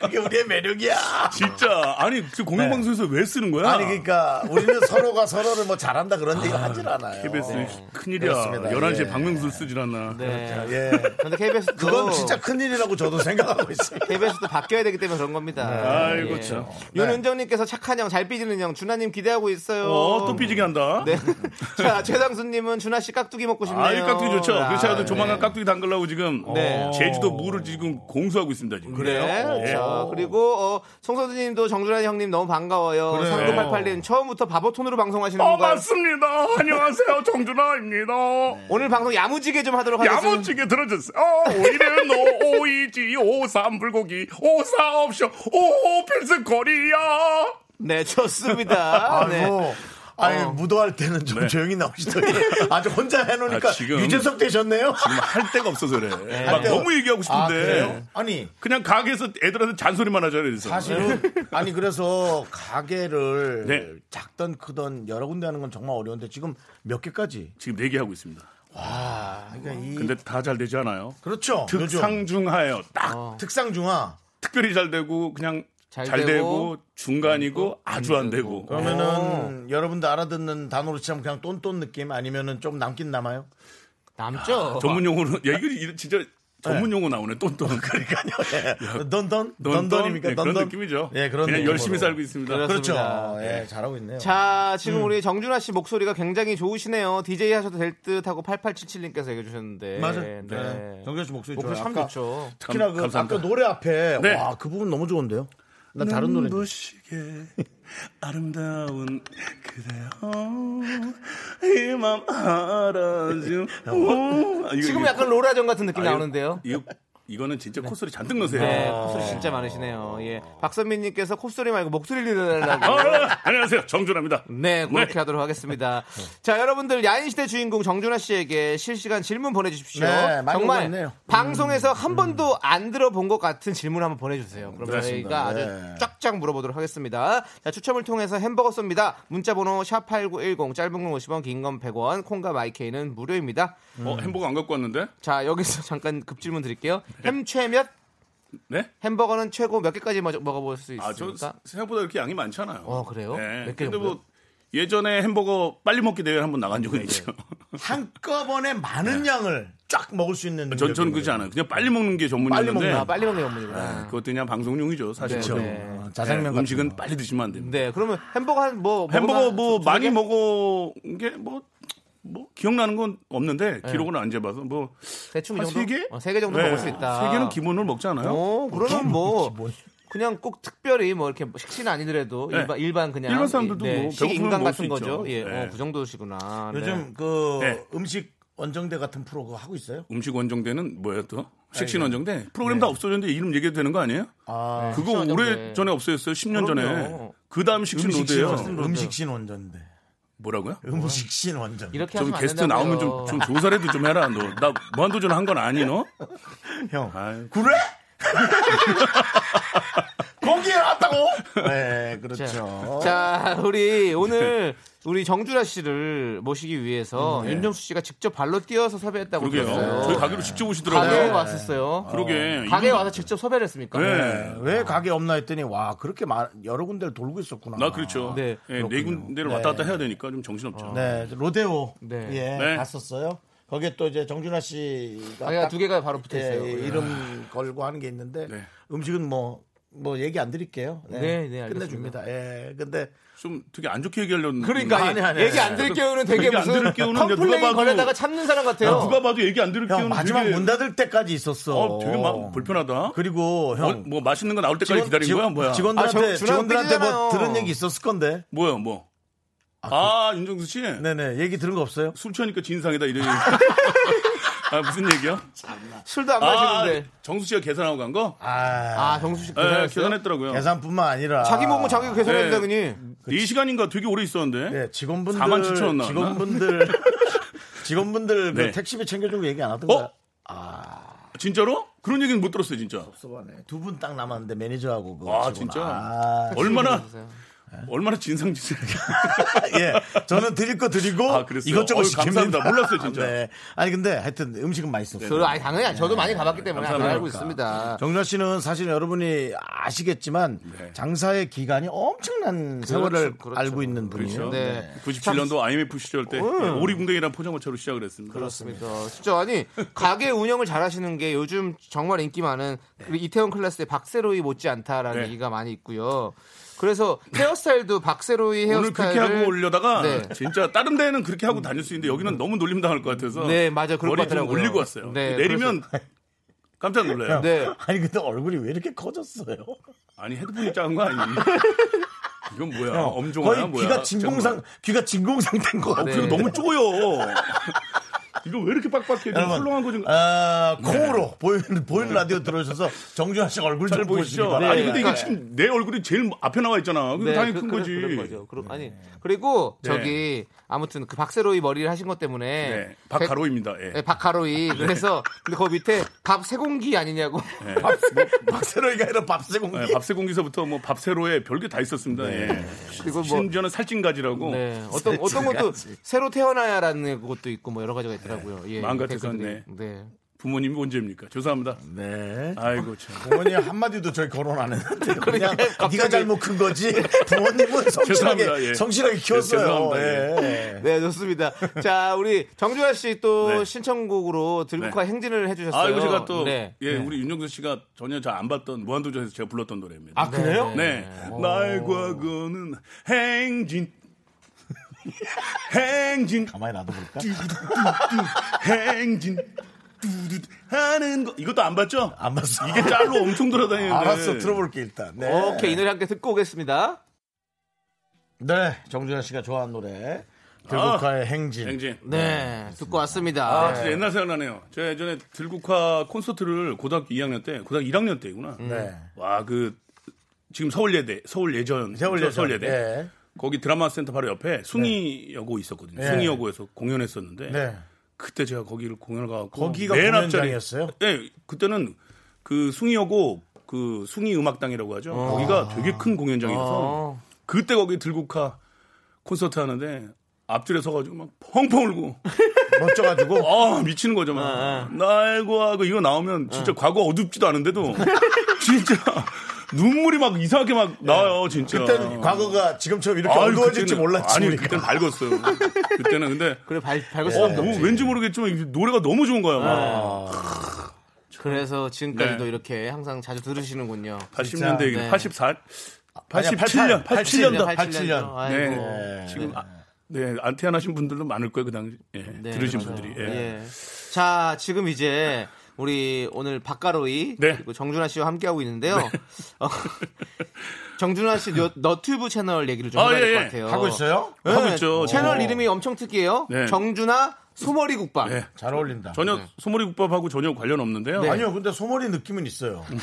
그게 우리의 매력이야. 진짜 아니 지금 공영방송에서 왜 쓰는 거야? 아니 그러니까 우리는 서로가 서로를 뭐 잘한다 그런 얘기 하질 않아요. 예. KBS 큰일이야. 그렇습니다. 11시에 예. 박명수를 쓰질 않나. 네. 예. 근데 KBS도 그건 진짜 큰일이라고 저도 생각하고 있어요. KBS도 바뀌어야 되기 때문에 그런 겁니다. 네. 네. 아이고 참. 윤은정님께서 착한 형, 잘 삐지는 형, 준하님 기대하고 있어요. 어, 또 삐지게 한다. 네. 자, 최상수님은 준하 씨 깍두기 먹고 싶네요. 아, 이 깍두기 좋죠. 아, 그렇지 않아도 네. 조만간 깍두기 담글라고 지금 네. 제주도 무를 지금 공수하고 있습니다. 지금. 네, 그렇죠. 그리고 어, 송선수님도 정준하 형님 너무 반가워요. 3988님 처음부터 바보 톤으로 방송하시는 어, 건가요? 맞습니다. 안녕하세요. 정준하입니다. 오늘 방송 야무지게 좀 하도록 하겠습니다. 야무지게 들어줬어요. 어, 오이는 오, 오이지, 오삼 불고기, 오사 옵션, 오, 필승 코리아. 네, 좋습니다. 아이고. 네. 아니 어. 무도할 때는 좀 네. 조용히 나오시더니 아주 혼자 해놓으니까 아, 지금- 유재석 되셨네요. 정말 할 데가 없어서 그래. 막 네. 데가 너무 얘기하고 아, 싶은데. 그래요? 아니 그냥 가게에서 애들한테 잔소리만 하잖아요. 그래서. 사실은 아니 그래서 가게를 네. 작던 크던 여러 군데 하는 건 정말 어려운데 지금 몇 개까지? 지금 네개 하고 있습니다. 와, 그러니까 이 근데 다 잘 되지 않아요? 그렇죠. 어. 요즘 특상중하예요. 딱 특상 중화 특별히 잘 되고 그냥 잘 잘, 되고, 되고, 중간이고 아주 안 되고. 어. 그러면은 여러분들 알아듣는 단어로 치면 그냥 똔똔 느낌 아니면은 좀 남긴 남아요? 남죠. 어. 전문 용어로 야 이거 이거 진짜 전문 용어 나오네 똔똔. 그러니까요. 예. 야, 던던 넌던? 던던입니까? 네, 예, 그런 느낌이죠. 예, 그런 그냥 느낌으로. 열심히 살고 있습니다. 그렇죠. 그렇습니다. 예, 잘하고 있네요. 자, 지금 우리 정준하 씨 목소리가 굉장히 좋으시네요. DJ 하셔도 될 듯하고 8877님께서 얘기해 주셨는데. 맞아요. 예, 네. 네. 정재씨 목소리 목소리 좋아요. 참 아까 좋죠. 특히나 감- 그 감사합니다. 아까 노래 앞에 네. 와 그 부분 너무 좋은데요. 나 다른 음, 노래 눈부시게 아름다운 그대요 이맘 알아줘 어? 오, 아, 이거, 지금 이거, 약간 로라전 같은 느낌 아, 나오는데요. 이거, 이거는 진짜 콧소리 잔뜩 넣으세요 아, 아. 네, 콧소리 진짜 많으시네요. 예. 박선민님께서 콧소리 말고 목소리를 내달라고. 아, 안녕하세요 정준하입니다 네, 그렇게 네. 하도록 하겠습니다. 자, 여러분들 야인시대 주인공 정준하 씨에게 실시간 질문 보내주십시오. 네, 많이 오고 정말 있네요. 음, 방송에서 한 번도 안 들어본 것 같은 질문 한번 보내주세요. 그럼 그렇습니다. 저희가 네. 아주 쫙쫙 물어보도록 하겠습니다. 자, 추첨을 통해서 햄버거 쏩니다. 문자번호 샵8910 짧은 건 50원, 긴 건 100원, 콩과 마이케이는 무료입니다. 어, 햄버거 안 갖고 왔는데 자, 여기서 잠깐 급질문 드릴게요. 햄최몇 네? 햄버거는 최고 몇 개까지 마- 먹어볼 수 아, 저 있습니까? 생각보다 이렇게 양이 많잖아요 어, 그래요? 네. 몇개 근데 정도요? 뭐 예전에 햄버거 빨리 먹기 대회 한번 나간 네. 적은 있죠 한꺼번에 많은 양을 쫙 먹을 수 있는 전, 전 능력이 그렇지 있는 않아요 그냥 빨리 먹는 게 빨리 전문이었는데 네, 아, 빨리 먹는 네. 전문이구나. 그것도 그냥 방송용이죠 사실 그렇죠. 은 네. 거예요. 자장면 같은 음식은 거. 빨리 드시면 안 됩니다 네, 그러면 햄버거 한 뭐 햄버거 먹으면 뭐 두- 두 많이 개? 먹은 게뭐 뭐 기억나는 건 없는데 기록을 안 재봐서 뭐 대충 이 한 정도? 세 개? 네. 어, 세개 정도 먹을 수 있다. 세 개는 기본으로 먹잖아요. 어, 그러면 뭐 그냥 꼭 특별히 뭐 이렇게 식신 아니더라도 네. 일반 일반 그냥 예, 일반 사람들도 뭐 식이 배고프면 인간 먹을 수 같은 거죠. 있죠. 예, 네. 어, 그 정도시구나. 네. 요즘 그 네. 음식 원정대 같은 프로 그거 하고 있어요? 음식 원정대는 뭐예요 또? 아, 식신 원정대 프로그램 다 없어졌는데 이름 얘기해도 되는 거 아니에요? 네. 아, 그거 네. 식신 원정대. 오래 전에 없어졌어요. 10년 전에. 그럼요. 그 다음 식신 음식신 로드예요. 그렇죠. 원정대. 음식신 원정대. 뭐라고요? 음식신 원정대. 어. 이렇게 좀 하면 게스트 안 된다고요. 나오면 좀, 좀 조사라도 좀 해라. 너 나 무한도전 한 건 아니 너? 형. 아유. 그래? 거기에 왔다고? 네, 그렇죠. 자, 우리 네. 오늘 우리 정준하 씨를 모시기 위해서 윤정수 씨가 직접 발로 뛰어서 섭외했다고 음, 그러게요. 들었어요. 저희 가게로 직접 그렇죠. 가게에 오시더라고요. 왔었어요. 그러게. 가게에 와서 직접 섭외를 했습니까? 네. 왜 가게 없나 했더니 와 그렇게 많- 여러 군데를 돌고 있었구나. 나 그렇죠. 네. 네, 네, 군데를 왔다 갔다 해야 되니까 좀 정신없죠. 네, 로데오 네. 예 네. 갔었어요. 거기에 또 이제 정준하 씨가 가게가 딱, 두 개가 바로 붙어 예, 있어요. 네. 예, 이름 걸고 하는 게 있는데 네. 음식은 뭐. 뭐 얘기 안 드릴게요. 네, 네, 알겠습니다. 끝내줍니다. 예, 근데 좀 되게 안 좋게 얘기하려는. 그러니까 아, 아니, 아니, 얘기 아니. 안 들을 경우는 되게 얘기 안 무슨 들을 경우는 근데 컴플레인 누가 봐도- 걸려다가 참는 사람 같아요. 누가 봐도 얘기 안 들을 형 경우는 마지막 되게- 문 닫을 때까지 있었어. 어, 되게 막 불편하다. 그리고 어, 형 뭐 맛있는 거 나올 때까지 기다린 거야? 뭐야? 직원들한테 아, 저- 직원들한테 뭐 준하는 들은 얘기 있었을 건데. 뭐야, 뭐. 아, 윤정수 씨. 네네 얘기 들은 거 없어요? 술 취하니까 진상이다 이래. 아, 무슨 얘기야? 술도 안 아, 마시는데. 정수 씨가 계산하고 간 거? 아, 아, 정수 씨 예, 계산했어요? 계산했더라고요. 계산뿐만 아니라 자기 몸은 자기가 네. 계산했다 그니. 이 시간인가 되게 오래 있었는데. 네, 직원분들 4만 7천 원 나왔나? 직원분들 직원분들 그 네. 택시비 챙겨주고 얘기 안 하던가. 어? 아. 진짜로? 그런 얘기는 못 들었어요, 진짜. 두 분 딱 남았는데 매니저하고 그 아, 직원. 진짜? 아, 얼마나, 얼마나 진상짓을 그렇죠. 예. 저는 드릴 거 드리고 아, 그랬어요? 이것저것 어이, 시킵니다. 감사합니다. 몰랐어요, 진짜. 네, 네. 아니 근데 하여튼 음식은 맛있었어요. 네, 저 아니 당연히 저도 많이 가봤기 때문에 잘 알고 있습니다. 정준하 씨는 사실 여러분이 아시겠지만 장사의 기간이 엄청난 세월을 그렇죠. 알고 있는 분이에요. 그렇죠. 네. 어. 97년도 IMF 시절 때 오리궁뎅이랑 포장마차로 시작을 했습니다. 그렇습니다. 진짜 아니 가게 운영을 잘하시는 게 요즘 정말 인기 많은 우리 이태원 클래스의 박세로이 못지않다라는 네. 얘기가 많이 있고요. 그래서 헤어스타일도 박세로이 오늘 그렇게 하고 헤어스타일을 올려다가 네. 음. 진짜 다른 데는 그렇게 하고 다닐 수 있는데 여기는 너무 놀림 당할 것 같아서 네, 맞아요. 그럴 머리 것 좀 같더라고요. 올리고 왔어요. 네, 내리면 깜짝 놀라요. 네. 아니 근데 얼굴이 왜 이렇게 커졌어요? 아니 헤드폰이 작은 거 아니? 이건 뭐야? 엄종아 거의 뭐야? 귀가 진공상 귀가 진공상태인 것 같아요. 네. 그리고 너무 쪼여. 이거 왜 이렇게 빡빡해? 좀 여러분, 훌렁한 거 좀. 아, 콩으로 보이는 보이는 라디오 들어오셔서 정준하 씨 얼굴 잘 좀 네. 보이시죠? 보시죠. 아니 근데 이게 지금 내 얼굴이 제일 앞에 나와 있잖아. 그럼 네, 당연히 그- 큰 그런- 거지. 그런 거죠. 그럼 아니 그리고 네. 저기 아무튼 그 박세로이 머리를 하신 것 때문에 네, 박가로입니다. 예. 네, 박하로이. 그래서 근데 그 밑에 밥 세공기 아니냐고. 예. 박세로이가 아니라 밥세공기. 예, 밥새 공기서부터 뭐 밥새로에 별게 다 있었습니다. 네. 예. 그리고 뭐 심지어는 살찐가지라고 네, 어떤 어떤 것도 새로 태어나야라는 것도 있고 뭐 여러 가지가 있더라고요. 예, 망가져서, 댓글들이. 네. 부모님이 언제입니까? 죄송합니다. 네. 아이고 참. 부모님 한마디도 저희 거론 안 했는데 그냥 갑자기- 네가 잘못 큰 거지 부모님은 성실하게 죄송합니다, 예. 성실하게 키웠어요. 죄송합니다, 예. 네, 좋습니다. 자, 우리 정주아 씨 또 네. 신청곡으로 들국화 네. 행진을 해주셨어요. 아이고 제가 또 네. 예, 우리 윤정수 씨가 전혀 잘 안 봤던 무한도전에서 제가 불렀던 노래입니다. 아 그래요? 네. 나의 과거는 행진. 행진. 가만히 놔둬볼까? 행진. 두두 하는 거. 이것도 안 봤죠? 안 봤어. 이게 짤로 엄청 돌아다니는데. 알았어 들어볼게 일단. 네. 오케이, 이 노래 함께 듣고 오겠습니다. 네 정준하 씨가 좋아하는 노래 들국화의 행진. 행진. 네, 듣고 왔습니다. 아, 진짜 옛날 생각나네요. 제가 예전에 들국화 콘서트를 고등학교 2학년 때, 고등학교 1학년 때구나. 네. 와, 그 지금 서울예대, 서울예전, 세월 예전. 서울예대. 예. 거기 드라마 센터 바로 옆에 숭이여고 있었거든요. 네. 숭이여고에서 공연했었는데 네. 그때 제가 거기를 공연을 가고 거기가 맨 공연장이었어요? 앞자리- 네, 그때는 그 숭이여고 그 숭이 음악당이라고 하죠. 어. 거기가 되게 큰 공연장이어서 그때 거기 들국화 콘서트 하는데 앞줄에 서가지고 막 펑펑 울고 멋져가지고 아 미치는 거죠 막 나의 과거 이거 나오면 진짜 과거 어둡지도 않은데도 진짜 눈물이 막 이상하게 막 나와요 진짜 그땐 과거가 지금처럼 이렇게 음. 아유, 어두워질지 그때는- 몰랐지. 아니 우리가. 네. 그때는 밝았어요 그때는 근데 그래, 발, 밝을 어, 수밖에 뭐, 없지. 왠지 모르겠지만 이 노래가 너무 좋은 거야 아, 막. 그래서 지금까지도 네. 이렇게 항상 자주 들으시는군요. 80년대 얘기 네. 84 아니야, 87년 88, 87년도 87년. 네. 아이고. 지금 아, 네, 안 태어나신 분들도 많을 거예요 그 당시 예, 네, 들으신 맞아요. 분들이 예. 예. 자, 지금 이제 우리 오늘 박가로이 네. 그리고 정준하 씨와 함께 하고 있는데요. 어, 정준하 씨 너, 너튜브 채널 얘기를 좀 아, 해야 될 예, 것 예. 같아요. 하고 있어요? 예, 하고 있죠. 채널 오. 이름이 엄청 특이해요. 네. 정준하 소머리 국밥. 네. 잘 어울린다. 전혀 소머리 국밥하고 전혀 관련 없는데요 네. 아니요 근데 소머리 느낌은 있어요. 음.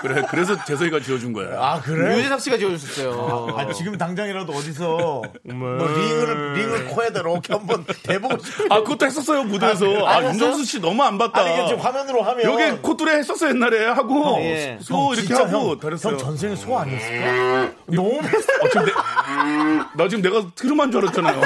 그래 그래서 재석이가 지어준 거예요 아 그래? 유재석 씨가 지어주셨어요. 아, 지금 당장이라도 어디서 음. 뭐 링을 링을 네. 코에다 이렇게 한번 대보고 싶어. 아, 그것도 했었어요, 무대에서. 아, 안 윤정수 씨 너무 안 봤다. 아니 이게 지금 화면으로 하면 여기 코뚜레 했었어, 옛날에. 하고, 예. 소 이렇게 진짜 하고, 형, 다녔어요. 형 전생에 소 아니었을까? 너무 비슷해. 어, 지금 내, 나 지금 내가 트름한 줄 알았잖아요.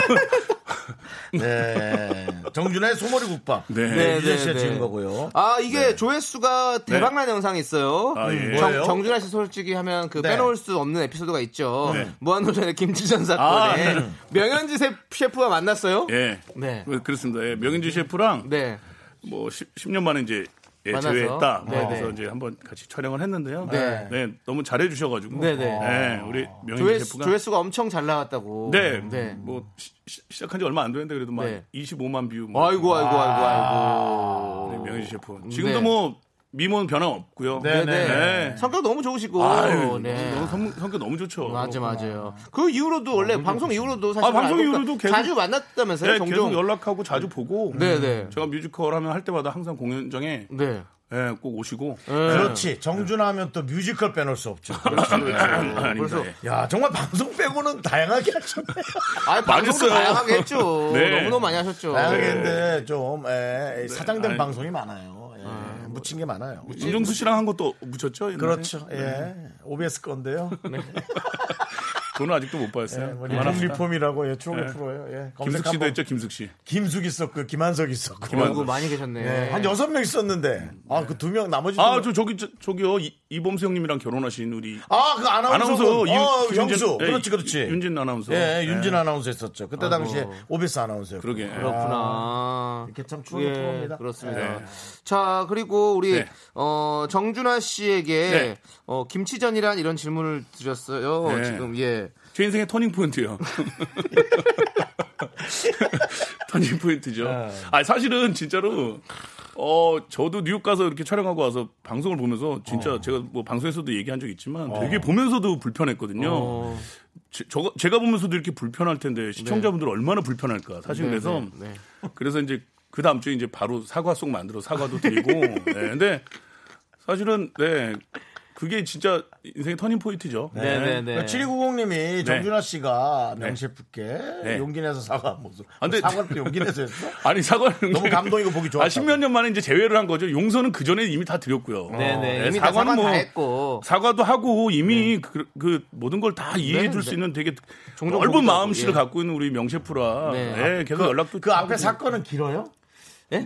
네. 정준하의 소머리 국밥. 네. 네, 유재 씨가 네, 지은 네. 거고요. 아 이게 조회수가 대박난 영상이 있어요. 네. 아, 예. 뭐예요? 정, 준하씨 솔직히 하면 그 네. 빼놓을 수 없는 에피소드가 있죠. 네. 무한도전의 김치전 사건에 아, 네. 명현지 셰- 셰프와 만났어요. 예. 네. 그- 그렇습니다. 예, 명인주 셰프랑, 네. 뭐, 10, 10년 만에 이제, 예, 만나서. 제외했다. 네, 그래서 네. 이제 한번 같이 촬영을 했는데요. 네. 너무 잘해주셔가지고. 네, 네. 예, 우리 명인주 조회수, 셰프가. 조회수가 엄청 잘 나왔다고. 네, 뭐 시, 작한지 얼마 안 됐는데 그래도 막 네. 25만 뷰. 뭐 아이고 아이고 아이고 아이고. 네, 명현지 셰프. 지금도 네. 뭐 미모는 변함 없고요. 네, 네. 네. 성격 너무 좋으시고. 아유, 네. 너무 성, 성격 너무 좋죠. 맞아 맞아요. 그 이후로도 원래 방송 이후로도 사실 아, 방송 이후로도 계속- 자주 만났다면서요. 네, 종종. 계속 연락하고 자주 보고. 네, 네. 제가 뮤지컬 하면 할 때마다 항상 공연장에 네. 예, 꼭 오시고. 그렇지. 정준하 하면 또 뮤지컬 빼놓을 수 없죠. 아닙니다. 그래서 예. 야, 정말 방송 빼고는 다양하게 하셨네요. 아, 방송도 했어요. 다양하게 했죠. 네. 너무너무 많이 하셨죠. 다양하게 했는데 좀 예, 사장된 아니. 방송이 많아요. 예, 뭐 묻힌 게 많아요. 윤정수 씨랑 한 것도 묻혔죠? 옛날에? 그렇죠. 예. OBS 건데요. 네. 그거는 아직도 못 봤어요. 예, 뭐 그만합시다. 네. 리폼 리폼이라고 예, 추억의 프로예요. 예. 김숙 검색하면 씨도 했죠, 김숙 씨. 김숙 있었고 김한석 있었고 아이고 많이 계셨네. 예, 한 여섯 명 있었는데 아 그 두 명 나머지 아, 저 저기 저, 저기요. 이, 이범수 형님이랑 결혼하신 우리 아그 아나운서 아나운서 분. 어, 윤- 형수 윤진- 예, 그렇지 그렇지 윤진 아나운서. 예 윤진 아나운서 어. 했었죠 그때 당시에 오비스 아나운서였고 네. 그러게. 그렇구나. 이렇게 참 추억이 예, 통합니다 그렇습니다. 네. 자, 그리고 우리 네. 어, 정준하 씨에게 네. 어, 김치전이란 이런 질문을 드렸어요. 네. 지금 예. 제 인생의 터닝 포인트요. 터닝 포인트죠. 아 사실은 진짜로 어 저도 뉴욕 가서 이렇게 촬영하고 와서 방송을 보면서 진짜 어. 제가 뭐 방송에서도 얘기한 적 있지만 되게 보면서도 불편했거든요. 어. 어. 제, 저, 제가 보면서도 이렇게 불편할 네. 텐데 시청자분들 얼마나 불편할까. 사실 그래서 네, 그래서 이제 그 다음 주에 이제 바로 사과 속 만들어 사과도 드리고. 네, 근데 사실은 네 그게 진짜 인생의 터닝 포인트죠. 네, 네, 네. 7290님이 정준하 씨가 명셰프께 네. 아, 용기 내서 사과한 모습. 안 돼. 사과를 또 용기 내서 했어? 아니 사과는 너무 감동이고 보기 좋았다고. 아, 십몇 년 만에 이제 제외를 한 거죠. 용서는 그 전에 이미 다 드렸고요. 네, 네, 네. 이미 다 사과는 다 했고. 사과도 하고 이미 그, 그 모든 걸 다 이해해 줄 수 네. 있는 되게 종종 넓은 보기도 하고, 마음씨를 예. 갖고 있는 우리 명셰프라. 네. 네, 계속 연락도 그 앞에 사건은 길어요?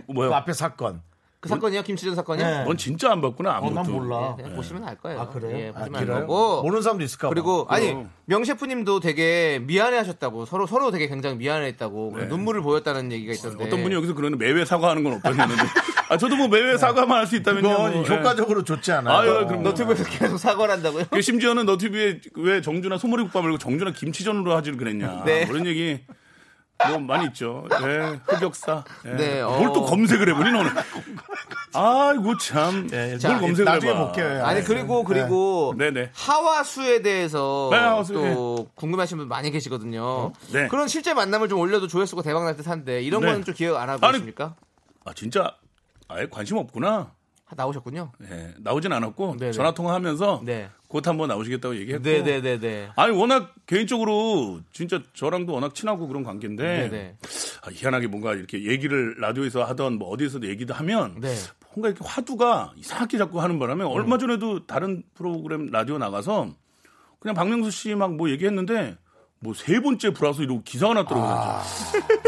뭐요? 그 앞에 사건. 그 사건이요? 김치전 사건이요? 네. 넌 진짜 안 봤구나 어, 아무것도. 난 몰라. 예, 그냥 보시면 알 거예요. 아 그래요? 예, 아, 보시면 알 길어요? 거고. 모르는 사람도 있을까 봐. 그리고 아니 그럼. 명 셰프님도 되게 미안해하셨다고 서로 서로 되게 굉장히 미안해했다고 그리고 눈물을 보였다는 얘기가 있던데 어떤 분이 여기서 그러는 매회 사과하는 건 없다는데. 아 저도 뭐 네. 매회 사과만 할 수 있다면요. 그건 뭐, 예. 효과적으로 좋지 않아요. 아유 그럼 너튜브 유튜브에서 계속 사과를 한다고요? 그 심지어는 너튜브에 왜 정준하 소머리국밥 말고 정준하 김치전으로 하질 그랬냐 네. 그런 얘기 뭐 많이 있죠. 예, 흑역사. 예. 네, 어. 뭘 또 검색을 해보니 너는? 아이고 참. 예, 뭘 자, 검색을 나중에 해봐. 볼게요. 아니 네. 그리고 그리고 네. 네네. 하와수에 대해서 네, 하와수, 또 궁금해하시는 분 많이 계시거든요. 네. 그런 실제 만남을 좀 올려도 조회수가 대박 날 듯한데 이런 네. 거는 좀 기억 안 하고 아니, 계십니까? 아 진짜 아예 관심 없구나. 아, 나오셨군요. 예, 나오진 않았고 네네. 전화 통화하면서 네. 곧 한번 나오시겠다고 얘기했고. 네네네네. 아니 워낙 개인적으로 진짜 저랑도 워낙 친하고 그런 관계인데 네네. 아, 희한하게 뭔가 이렇게 얘기를 라디오에서 하던 뭐 어디에서도 얘기도 하면 네. 뭔가 이렇게 화두가 이상하게 자꾸 하는 바람에 얼마 전에도 다른 프로그램 라디오 나가서 그냥 박명수 씨 막 뭐 얘기했는데 뭐 세 번째 불화서 이러고 기사가 났더라고요.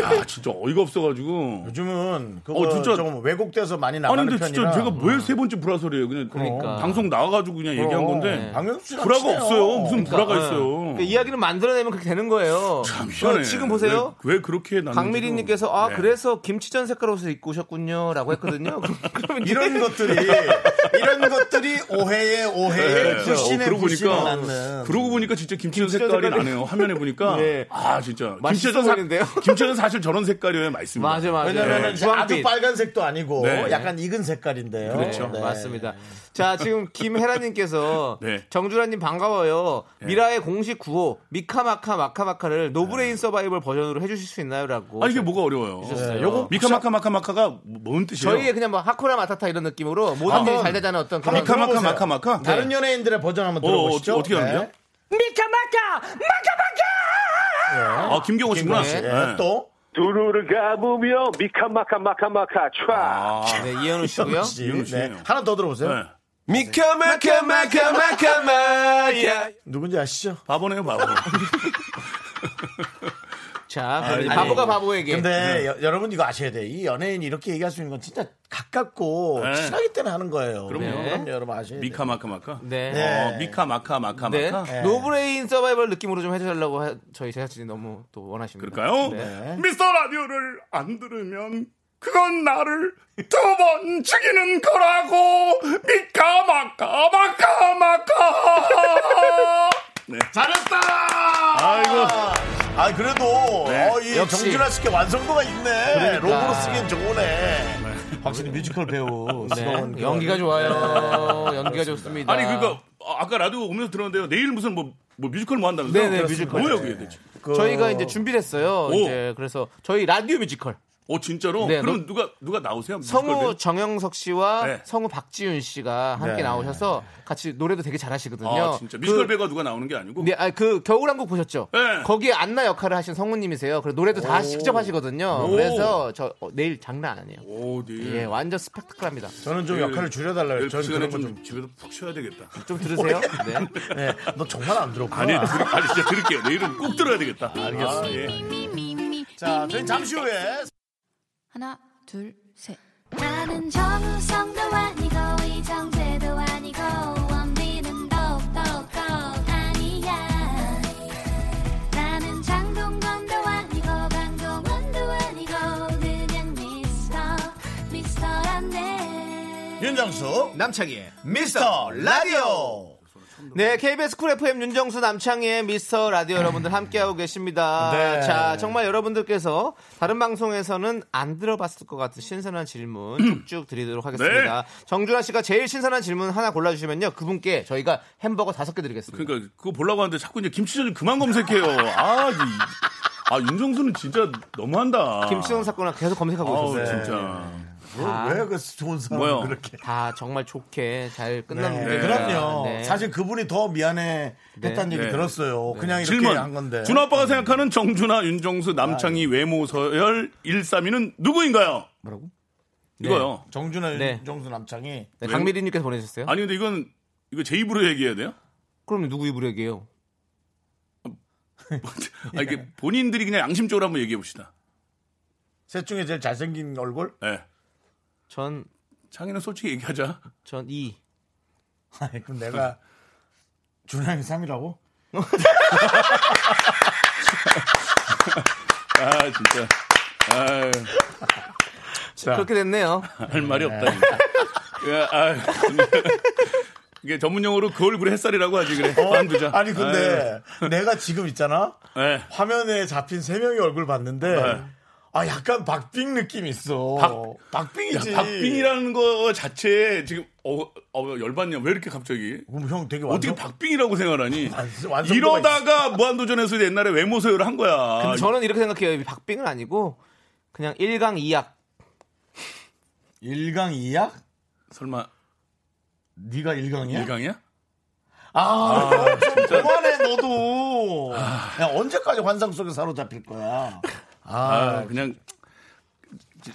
야 진짜 어이가 없어가지고. 요즘은 그거 어, 진짜. 조금 왜곡돼서 많이 나가는 아니 근데 진짜 편이라. 제가 뭐 왜 세 번째 불화설이에요? 그냥 그러니까. 방송 나와가지고 그냥 얘기한 건데 네. 박명수 씨랑 불화가 친해요. 없어요. 무슨 그러니까, 불화가 어. 있어요. 그 이야기를 만들어내면 그렇게 되는 거예요. 참 어, 희한해. 지금 보세요. 왜, 왜 그렇게 네. 나는 강미리님께서 아 그래서 김치전 색깔 옷을 입고 오셨군요라고 했거든요. 그러면 이제 이런 것들이 이런 것들이 오해에 네. 오해에 불신에 네. 어, 그러고 불신을 보니까 낳는 그러고 보니까 진짜 김치전 김치전 색깔이 색깔이- 나네요. 화면에 보니까 네. 아 진짜 맛있어 김치전 사- 보이는데요? 김치전 사실 저런 색깔이어야 맛있습니다. 맞아 맞아. 왜냐면은 네. 이제 아주 주황빛. 빨간색도 아니고 네. 약간 익은 색깔인데요. 그렇죠. 네. 맞습니다. 자, 지금 김혜라님께서 네. 예. 정준하님 반가워요. 미라의 공식 구호 미카마카 마카마카를 노브레인 서바이벌 버전으로 해주실 수 있나요?라고. 네. 아 이게 뭐가 어려워요? 주셨어요. 요거 미카마카 마카마카가 뭐, 뭔 뜻이에요? 저희의 네. 그냥 뭐 하코라 마타타 이런 느낌으로 모든 한번- 일이 잘 되자는 어떤 그런 한번 아, 미카마카 들어보세요. 마카마카? 다른 연예인들의 버전 한번 네. 어, 들어보시죠. 어, 어떻게 하는데요? 아 김경호 씨구나. 김경호 씨. 네. 네. 또 두루를 가보며 미카마카 마카마카 촤 아, 네, 이현우 씨고요. 네. 씨네요. 하나 더 들어보세요. 네. 미카마카마카마카마야. 누군지 아시죠? 바보네요 바보. 자, 그럼 이제 아니, 네. 바보가 바보에게. 근데 여, 여러분 이거 아셔야 돼. 이 연예인이 이렇게 얘기할 수 있는 건 진짜 가깝고 네. 친하기 때문에 하는 거예요. 그럼요. 네. 그럼요. 여러분 아셔야 돼. 미카마카마카. 네. 어, 미카마카마카마카. 네. 네. 노브레인 서바이벌 느낌으로 좀 해주려고 하- 저희 제작진이 너무 또 원하십니다. 그럴까요? 네. 미스터 라디오를 안 들으면 그건 나를 두 번 죽이는 거라고 미카마카 마카마카 네. 잘했다. 아이고 아 그래도 네. 어, 이 역시. 그러니까. 정준하 씨께 완성도가 있네. 로고로 쓰기엔 좋으네. 확실히 뮤지컬 배우 네. 스러운 그런- 네. 연기가 좋아요. 연기가 좋습니다. 아니 그러니까 아까 라디오 오면서 들었는데요 내일 무슨 뭐, 뭐 뮤지컬 뭐 한다면서 네네, 뮤지컬. 뭐예요 그게 대체 그- 저희가 이제 준비를 했어요. 어. 오. 이제 그래서 저희 라디오 뮤지컬 어 진짜로? 네, 그럼 너- 누가 누가 나오세요? 뮤지컬 성우 배우? 정영석 씨와 네. 성우 박지윤 씨가 함께 네. 나오셔서 같이 노래도 되게 잘하시거든요. 아 진짜 그, 뮤지컬 배우가 누가 나오는 게 아니고 네, 아니, 그 겨울왕국 보셨죠? 네. 거기에 안나 역할을 하신 성우님이세요. 그래서 노래도 다 직접 하시거든요. 오. 그래서 저 어, 내일 장난 아니에요. 오, 네. 예, 완전 스펙타클합니다. 저는 좀 내일- 역할을 줄여달라요. 내일 그 저는 시간에 그런 거 좀, 좀. 집에서 푹 쉬어야 되겠다 좀 들으세요. 네. 네. 너 정말 안 들었구나. 아니, 들- 아니 진짜 들을게요 내일은 꼭 들어야 되겠다 알겠어 예. 자, 저희 잠시 후에 하나, 둘, 셋. 나는 정우성도 아니고 이정재도 아니고 원빈은 더욱더 아니야 나는 장동건도 아니고 강동원도 아니고 그냥 미스터 미스터란데 윤정수 남창희의 미스터 라디오. 네, KBS 쿨 FM 윤정수 남창희의 미스터 라디오 여러분들 함께하고 계십니다. 네. 자, 정말 여러분들께서 다른 방송에서는 안 들어봤을 것 같은 신선한 질문 음. 쭉쭉 드리도록 하겠습니다. 네. 정준하 씨가 제일 신선한 질문 하나 골라주시면요. 그분께 저희가 햄버거 다섯 개 드리겠습니다. 그러니까 그거 보려고 하는데 자꾸 이제 김치전 좀 그만 검색해요. 아, 이, 아 윤정수는 진짜 너무한다. 김치전 사건을 계속 검색하고 아우 네. 있었어요. 진짜. 아. 왜그 좋은 사람 뭐요? 그렇게. 다 정말 좋게 잘 네. 끝났는데. 그럼요. 네. 사실 그분이 더 미안해 했다는 얘기 네. 들었어요. 그냥 이렇게 질문. 한 건데. 준아 아빠가 음. 생각하는 정준하, 윤정수, 남창희 외모 서열 132는 누구인가요? 아, 네. 뭐라고? 이거요. 정준하 네. 윤정수 남창이 네, 강미리님께서 보내주셨어요. 아니 근데 이건 이거 제 입으로 얘기해야 돼요? 그럼 누구 입으로 얘기해요? 아, 예. 이게 본인들이 그냥 양심적으로 한번 얘기해 봅시다. 셋 중에 제일 잘생긴 얼굴? 예. 전 창희는 솔직히 얘기하자. 전 2. 아니, 그럼 내가 준영이 3이라고? 아 진짜. 아유, 자. 그렇게 됐네요. 할 말이 없다. 진짜. 야, 아유, 진짜. 이게 전문용어로 그 얼굴에 햇살이라고 하지 그래. 어? 반두자. 아니 근데 내가 지금 있잖아 아유, 네. 화면에 잡힌 세 명의 얼굴 봤는데 네. 아 약간 박빙 느낌 있어. 박- 야, 박빙이지. 박빙이라는 거 자체에 지금 어, 어, 열받냐? 왜 이렇게 갑자기? 그럼 형 되게 완전 어떻게 박빙이라고 생각하니? 완- 완성도가 이러다가 무한도전에서 옛날에 외모 소요를 한 거야. 근데 저는 이렇게 생각해요. 박빙은 아니고 그냥 1강 2약. 1강 2약? 설마 네가 1강이야? 1강이야? 아, 좀 그만해 너도. 야 언제까지 환상 속에 사로잡힐 거야? 아, 아, 그냥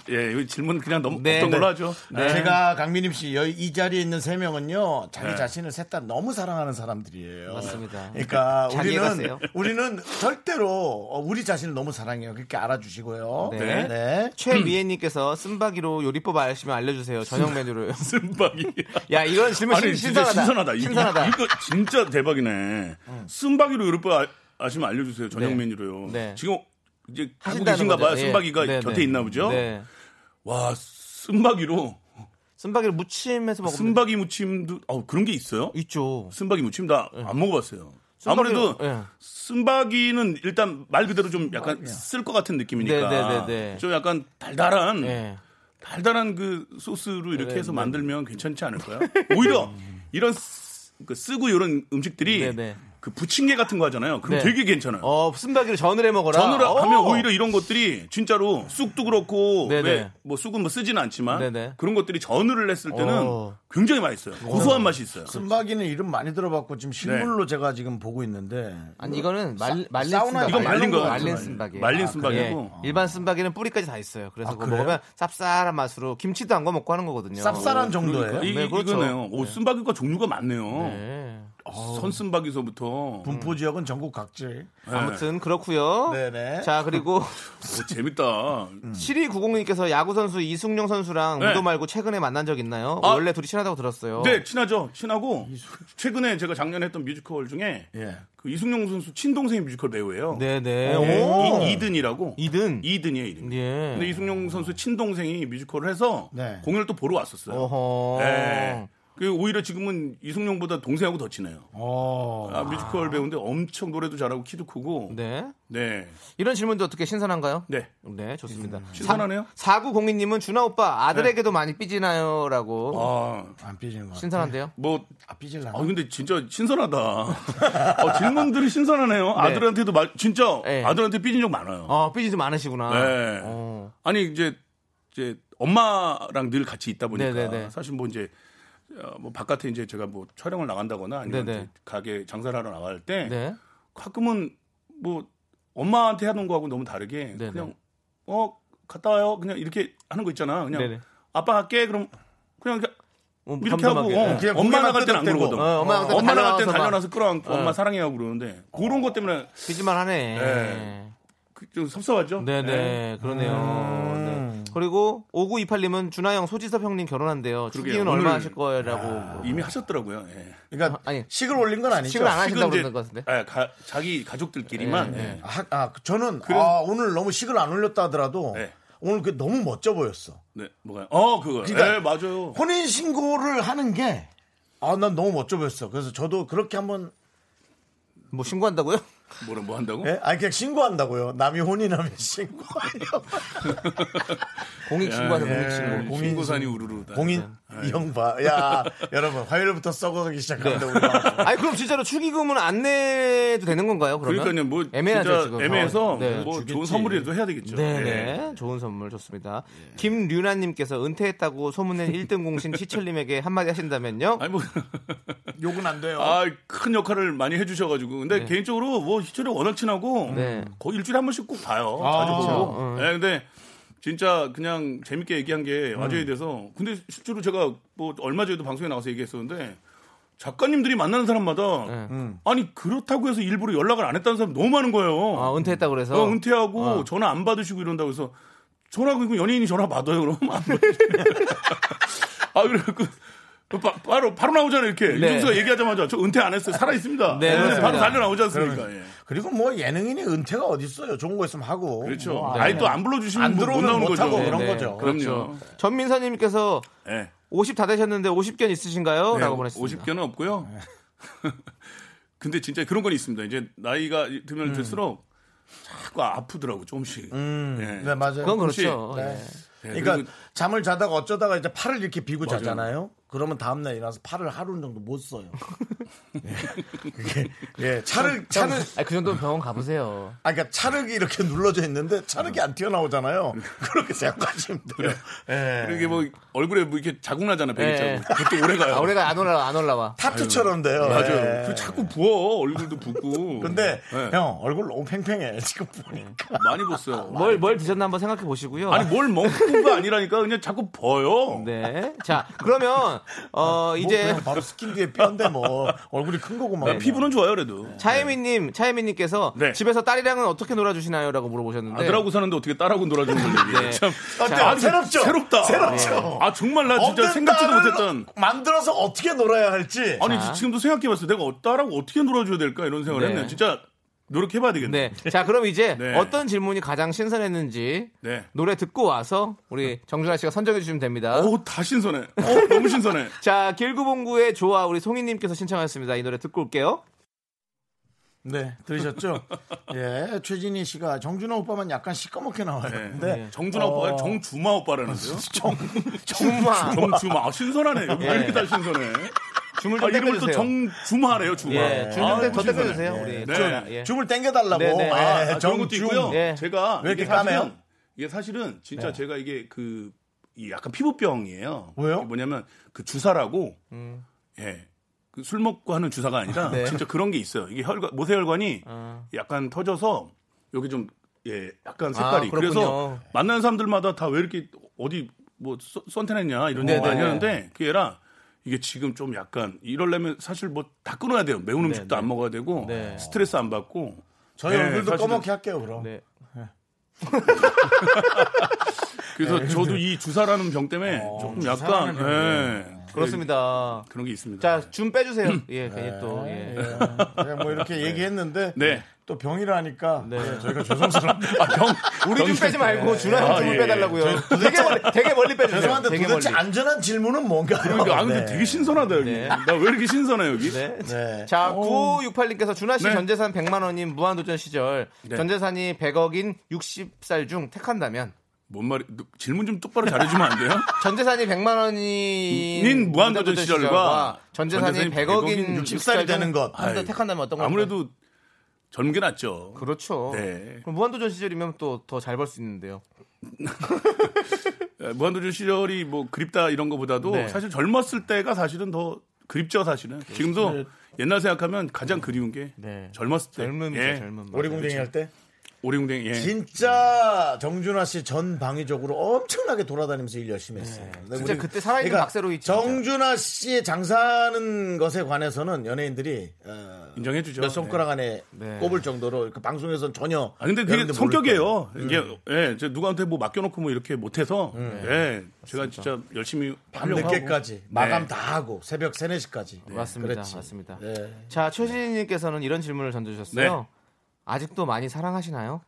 예, 이 질문 그냥 넘 네, 어떤 걸로 네. 하죠. 네. 제가 강민임 씨, 여기 이 자리에 있는 세 명은요, 자기 네. 자신을 셋 다 너무 사랑하는 사람들이에요. 맞습니다. 그러니까 자기 우리는, 해봤어요. 우리는 절대로 어, 우리 자신을 너무 사랑해요. 그렇게 알아주시고요. 네. 네. 음. 최미애님께서 쓴바기로 요리법 아시면 알려주세요. 저녁 메뉴를. 쓴박이. 야 이건 질문 아, 신- 진짜 신선하다. 신선하다. 이거- 신선하다. 이거 진짜 대박이네. 쓴박이로 요리법 아, 시면 알려주세요. 저녁 네. 메뉴로요. 네. 지금 이제 하고 하신다는 계신가 봐요. 거죠. 예. 쓴박이가 네, 곁에 네. 있나 보죠. 네. 와, 쓴박이로 쓴바기를 무침해서 먹으면 쓴박이 무침도 어, 그런 게 있어요? 있죠. 쓴박이 무침 나 안 먹어봤어요. 쓴바기로- 아무래도 예. 어, 쓴박이는 일단 말 그대로 좀 약간 쓸 것 같은 네, 느낌이니까 네, 네, 네. 좀 약간 달달한 예. 달달한 그 소스로 이렇게 네, 해서 네. 만들면 괜찮지 않을까요? 오히려 이런 쓰, 그 쓰고 이런 음식들이 네, 네. 그 부침개 같은 거 하잖아요. 그럼 네. 되게 괜찮아요. 어 쓴바기를 전을 해 먹어라. 전을 어. 하면 오히려 이런 것들이 진짜로 쑥도 그렇고 네, 왜 네. 뭐 쑥은 뭐 쓰진 않지만 네, 네. 그런 것들이 전을 했을 때는 어. 굉장히 맛있어요. 고소한 맛이 있어요. 쓴박이는 이름 많이 들어봤고 지금 실물로 네. 제가 지금 보고 있는데 아니 이거는 말 말린 사우나- 쓴바기. 이건 말린 거 말린 같아요. 쓴바기. 말린 쓴바기고. 어. 예. 일반 쓴바기는 뿌리까지 다 있어요. 그래서 아, 그거 그래요? 먹으면 쌉쌀한 맛으로 김치도 안 거 먹고 하는 거거든요. 쌉쌀한 정도예요. 이, 네, 그렇죠. 이거네요. 오, 쓴바귀가 종류가 많네요. 아, 네. 선쓴바귀서부터. 네. 분포 지역은 전국 각지. 아무튼 그렇고요. 네네. 음. 자 그리고 오, 재밌다. 음. 7290님께서 야구 선수 이승용 선수랑 네. 우도 말고 최근에 만난 적 있나요? 아. 원래 둘이 친하다고 들었어요. 네, 친하죠. 친하고 최근에 제가 작년에 했던 뮤지컬 중에 예. 그 이승용 선수 친동생이 뮤지컬 배우예요. 네네. 오. 이, 든이라고 이든. 이든이에요, 이름. 예. 근데 이승용 선수 친동생이 뮤지컬을 해서 네. 공연을 또 보러 왔었어요. 어허. 네. 그 오히려 지금은 이승용보다 동생하고 더 친해요. 어. 아, 뮤지컬 배우인데 엄청 노래도 잘하고 키도 크고. 네. 네. 이런 질문도 어떻게 신선한가요? 네. 네, 좋습니다. 음, 신선하네요. 4902님은 준하 오빠 아들에게도 많이 삐지나요? 라고. 아, 안 삐지는 거. 신선한데요? 뭐 아, 삐질라. 아 어, 근데 진짜 신선하다. 어, 질문들이 신선하네요. 아들한테도 말 진짜 네. 아들한테 삐진 적 많아요. 어, 삐지도 많으시구나. 네. 어. 아니 이제 이제 엄마랑 늘 같이 있다 보니까 네네네. 사실 뭐 이제 어, 뭐 바깥에 이제 제가 뭐 촬영을 나간다거나 아니면 네네. 이제 가게 장사를 하러 나갈 때 네. 가끔은 뭐 엄마한테 하는 거하고 너무 다르게 네네. 그냥 어 갔다 와요 그냥 이렇게 하는 거 있잖아 그냥 네네. 아빠 할게 그럼 그냥 이렇게 어, 이렇게 덤덤하게. 하고 어, 네. 그냥 엄마 고개만 나갈 때는 안 끄덕대고. 그러거든. 어, 엄마 나갈 때는 엄마 나갈 때는 달려나와서만. 달려나서 끌어안고 어. 엄마 사랑해요 그러는데 그런 것 때문에 삐질만 하네. 네. 그- 좀 섭섭하죠. 네네 네. 음. 그러네요. 네. 그리고 5928님은 준하영 소지섭 형님 결혼한대요. 그러게요. 축의은 오늘- 얼마 하실 거라고. 뭐, 이미 하셨더라고요. 예. 그러니까 어, 아니. 식을 올린 건 아니죠. 식을 안 하신다고 식은 이제- 그러는 것 같은데. 예, 가- 자기 가족들끼리만 예. 아, 아, 저는 그래서- 아, 오늘 너무 식을 안 올렸다 하더라도 네. 오늘 그 너무 멋져 보였어. 네, 뭐가요? 어 그거. 그러니까- 예, 맞아요. 혼인 신고를 하는 게 아, 난 너무 멋져 보였어. 그래서 저도 그렇게 한번 뭐 신고한다고요? 뭐라 뭐 한다고? 예? 아니 그냥 신고한다고요. 남이 혼인하면 신고해요. 공익 신고하는 예. 공익 신고. 공인- 공인고산이 우르르다. 공인 네. 이형 봐. 야, 여러분 화요일부터 썩어가기 시작하는데 네. 우리가 아니 그럼 진짜로 축의금은 안 내도 되는 건가요? 그러면? 그러니까요, 뭐 애매하죠 진짜 지금. 애매해서 어, 네. 뭐 좋은 선물이라도 해야 되겠죠. 예. 네네 좋은 선물 좋습니다. 김류나님께서 은퇴했다고 소문낸 1등 공신 시철님에게 한마디 하신다면요. 아니 뭐 욕은 안 돼요. 아, 큰 역할을 많이 해주셔가지고. 근데 개인적으로 뭐 희철이 워낙 친하고 네. 어. 거의 일주일에 한 번씩 꼭 봐요. 자주 보고. 네, 근데 진짜 그냥 재밌게 얘기한 게 음. 와줘야 돼서. 근데 실제로 제가 뭐 얼마 전에도 방송에 나와서 얘기했었는데 작가님들이 만나는 사람마다 네. 아니 그렇다고 해서 일부러 연락을 안 했다는 사람 너무 많은 거예요. 아, 은퇴했다고 그래서 어, 은퇴하고 전화 안 받으시고 이런다고 해서 전화 그리고 연예인이 전화 받아요 그럼 안 받으시고 아 그래갖고 바, 바로 바로 나오잖아요 이렇게 네. 윤정수가 얘기하자마자 저 은퇴 안 했어요 살아 있습니다. 네, 그래서 그렇습니다. 바로 달려 나오지 않습니까? 예, 그러면- 그리고 뭐 예능인의 은퇴가 어디 있어요? 좋은 거 있으면 하고. 그렇죠. 뭐 아니, 아니면- 또안 불러주시면 안 뭐 들어오면 못 나오는 못 거죠. 하고 네, 그런 네. 거죠. 그렇죠. 네, 그럼요. 예, 전민서님께서 50 다 되셨는데 50견 있으신가요? 네, 라고 보냈습니다. 50견은 없고요. 네. 근데 진짜 그런 건 있습니다. 이제 나이가 들면 음. 들수록 자꾸 아프더라고 조금씩. 네. 네, 맞아요. 그건 그렇죠. 네. 네. 그러니까 그리고- 잠을 자다가 어쩌다가 이제 팔을 이렇게 비고 맞아요. 자잖아요. 그러면 다음날 일어나서 팔을 하루 정도 못 써요. 예. 그게- 예, 차를 차는 아니, 그 정도면 병원 가보세요. 아, 그러니까 차륵이 이렇게 눌러져 있는데 차륵이 안 튀어나오잖아요. 그렇게 생각하시면 돼요. 예. 네. 그리고 이게 뭐 얼굴에 뭐 이렇게 자국 나잖아 예. 네. 베개 자국. 그것도 오래 가요. 아, 올해가 안 올라와, 안 올라와. 타투처럼 돼요. 맞아요. 예. 그 자꾸 부어 얼굴도 붓고. 근데 네. 음. 형 얼굴 너무 팽팽해 지금 보니까. 뭐 많이 붓어요. 뭘, 뭘 드셨나 한번 생각해 보시고요. 아니 뭘 먹고가 아니라니까 그냥 자꾸 버요. 네. 자, 그러면, 아, 어, 뭐 이제 그래도 바로 스킨 뒤에 뼈인데 뭐 얼굴이 큰 거고 막. 나 피부는 좋아요 그래도. 네. 차혜민님, 차혜민님께서 네. 집에서 딸이랑은 어떻게 놀아주시나요? 라고 물어보셨는데. 아들하고 사는데 어떻게 딸하고 놀아주는 걸 네. 얘기해. 참. 어때요? 자, 아주 새롭죠? 새롭다. 새롭죠? 아, 정말 나 진짜 없는 생각지도 딸을 못했던. 만들어서 어떻게 놀아야 할지. 아니, 자. 지금도 생각해봤어요. 내가 어- 딸하고 어떻게 놀아줘야 될까? 이런 생각을 네. 했네요. 진짜 노력해봐야 되겠네. 네. 자, 그럼 이제 네. 어떤 질문이 가장 신선했는지 네. 노래 듣고 와서 우리 정준하 씨가 선정해 주시면 됩니다. 어우, 다 신선해. 어 너무 신선해. 자, 길구봉구의 좋아 우리 송이님께서 신청하셨습니다. 이 노래 듣고 올게요. 네, 들으셨죠? 예, 최진희 씨가 정준호 오빠만 약간 시꺼멓게 나와요. 네. 근데 정준아 어, 오빠가 정주마 오빠라는데요. 정, 주마. 정주마. 아, 신선하네. 여기 왜 이렇게 다 신선해? 네. 줌을 아, 좀 이름을 또 떼주세요. 정주마래요, 주마. 예, 줌좀 아, 떼- 더 신선해. 떼주세요. 우리. 네. 자, 예. 줌을 땡겨달라고. 네, 네. 아, 아, 그런 것도 정준. 있고요. 예. 제가 왜 이게 이렇게 까매요? 네. 사실은- 이게 사실은 진짜 제가 이게 그이 약간 피부병이에요. 왜요? 이게 뭐냐면 그 주사라고 예. 그 술 먹고 하는 주사가 아니라 음. 네. 진짜 그런 게 있어요. 이게 혈관 모세혈관이 아. 약간 터져서 여기 좀 예, 약간 색깔이. 아, 그렇군요. 그래서 만나는 사람들마다 다 왜 이렇게 어디 뭐 선- 선탠했냐 이런 네, 얘기 많이 네. 하는데 그게 아니라 이게 지금 좀 약간 이럴려면 사실 뭐 다 끊어야 돼요. 매운 음식도 안 먹어야 되고 네. 스트레스 안 받고 저희 네, 얼굴도 사실은- 꺼멓게 할게요, 그럼. 네. 그래서 네. 저도 이 주사라는 병 때문에 어, 조금 약간 예, 그렇습니다. 그런 게 있습니다. 네. 자, 줌 빼주세요. 음. 예, 괜히 아, 또. 예. 예, 그냥 뭐 이렇게 얘기했는데 네. 또 병이라 하니까 네. 예, 저희가 죄송스럽게 아, 병 우리 줌 병- 빼지 말고 준하 아, 형 줌을 예. 빼달라고요. 되게 멀리, 되게 멀리 빼주세요. 죄송한데 네, 되게 도대체 멀리. 안전한 질문은 뭔가요? 그러니까 아 근데 되게 신선하다 여기. 네. 나 왜 이렇게 신선해 여기? 네. 네. 자, 9568님께서 준하 씨 어. 네. 전재산 100만 원인 무한도전 시절 네. 전재산이 100억인 60살 중 택한다면 뭔 말이? 너 질문 좀 똑바로 잘해주면 안 돼요? 전재산이 100만 원인 인 무한도전 시절과 전재산이, 전재산이 100억인 60살 60살 되는 것. 한대 아이, 택한다면 어떤 거? 아무래도 젊은 게 낫죠. 그렇죠. 네. 그럼 무한도전 시절이면 또 더 잘 벌 수 있는데요. 예, 무한도전 시절이 뭐 그립다 이런 거보다도 네. 그렇죠. 사실 젊었을 때가 사실은 더 그립죠 사실은. 지금도 옛날 생각하면 가장 그리운 게 네. 젊었을 때. 젊음이죠, 예. 젊음. 맞아요. 오리궁뎅이 할 때? 오리궁뎅이. 예. 진짜 정준하 씨 전 방위적으로 엄청나게 돌아다니면서 일 열심히 했어요. 근데 진짜 우리- 그러니까 그때 살아있는 박세로이 진짜. 정준하 씨의 장사하는 것에 관해서는 연예인들이 어, 인정해주죠. 몇 손가락 안에 네. 꼽을 정도로 그 방송에서는 전혀. 아 근데 그게 여러분들 모를 거예요. 네. 성격이에요. 이게 예, 저 누구한테 뭐 맡겨놓고 뭐 이렇게 못해서 예, 제가 진짜 열심히 하려고 밤늦게까지 하고. 마감 네. 다 하고 새벽 3, 4시까지. 맞습니다. 그랬지. 맞습니다. 예. 자, 최진희님께서는 이런 질문을 던져주셨어요. 네. 아직도 많이 사랑하시나요?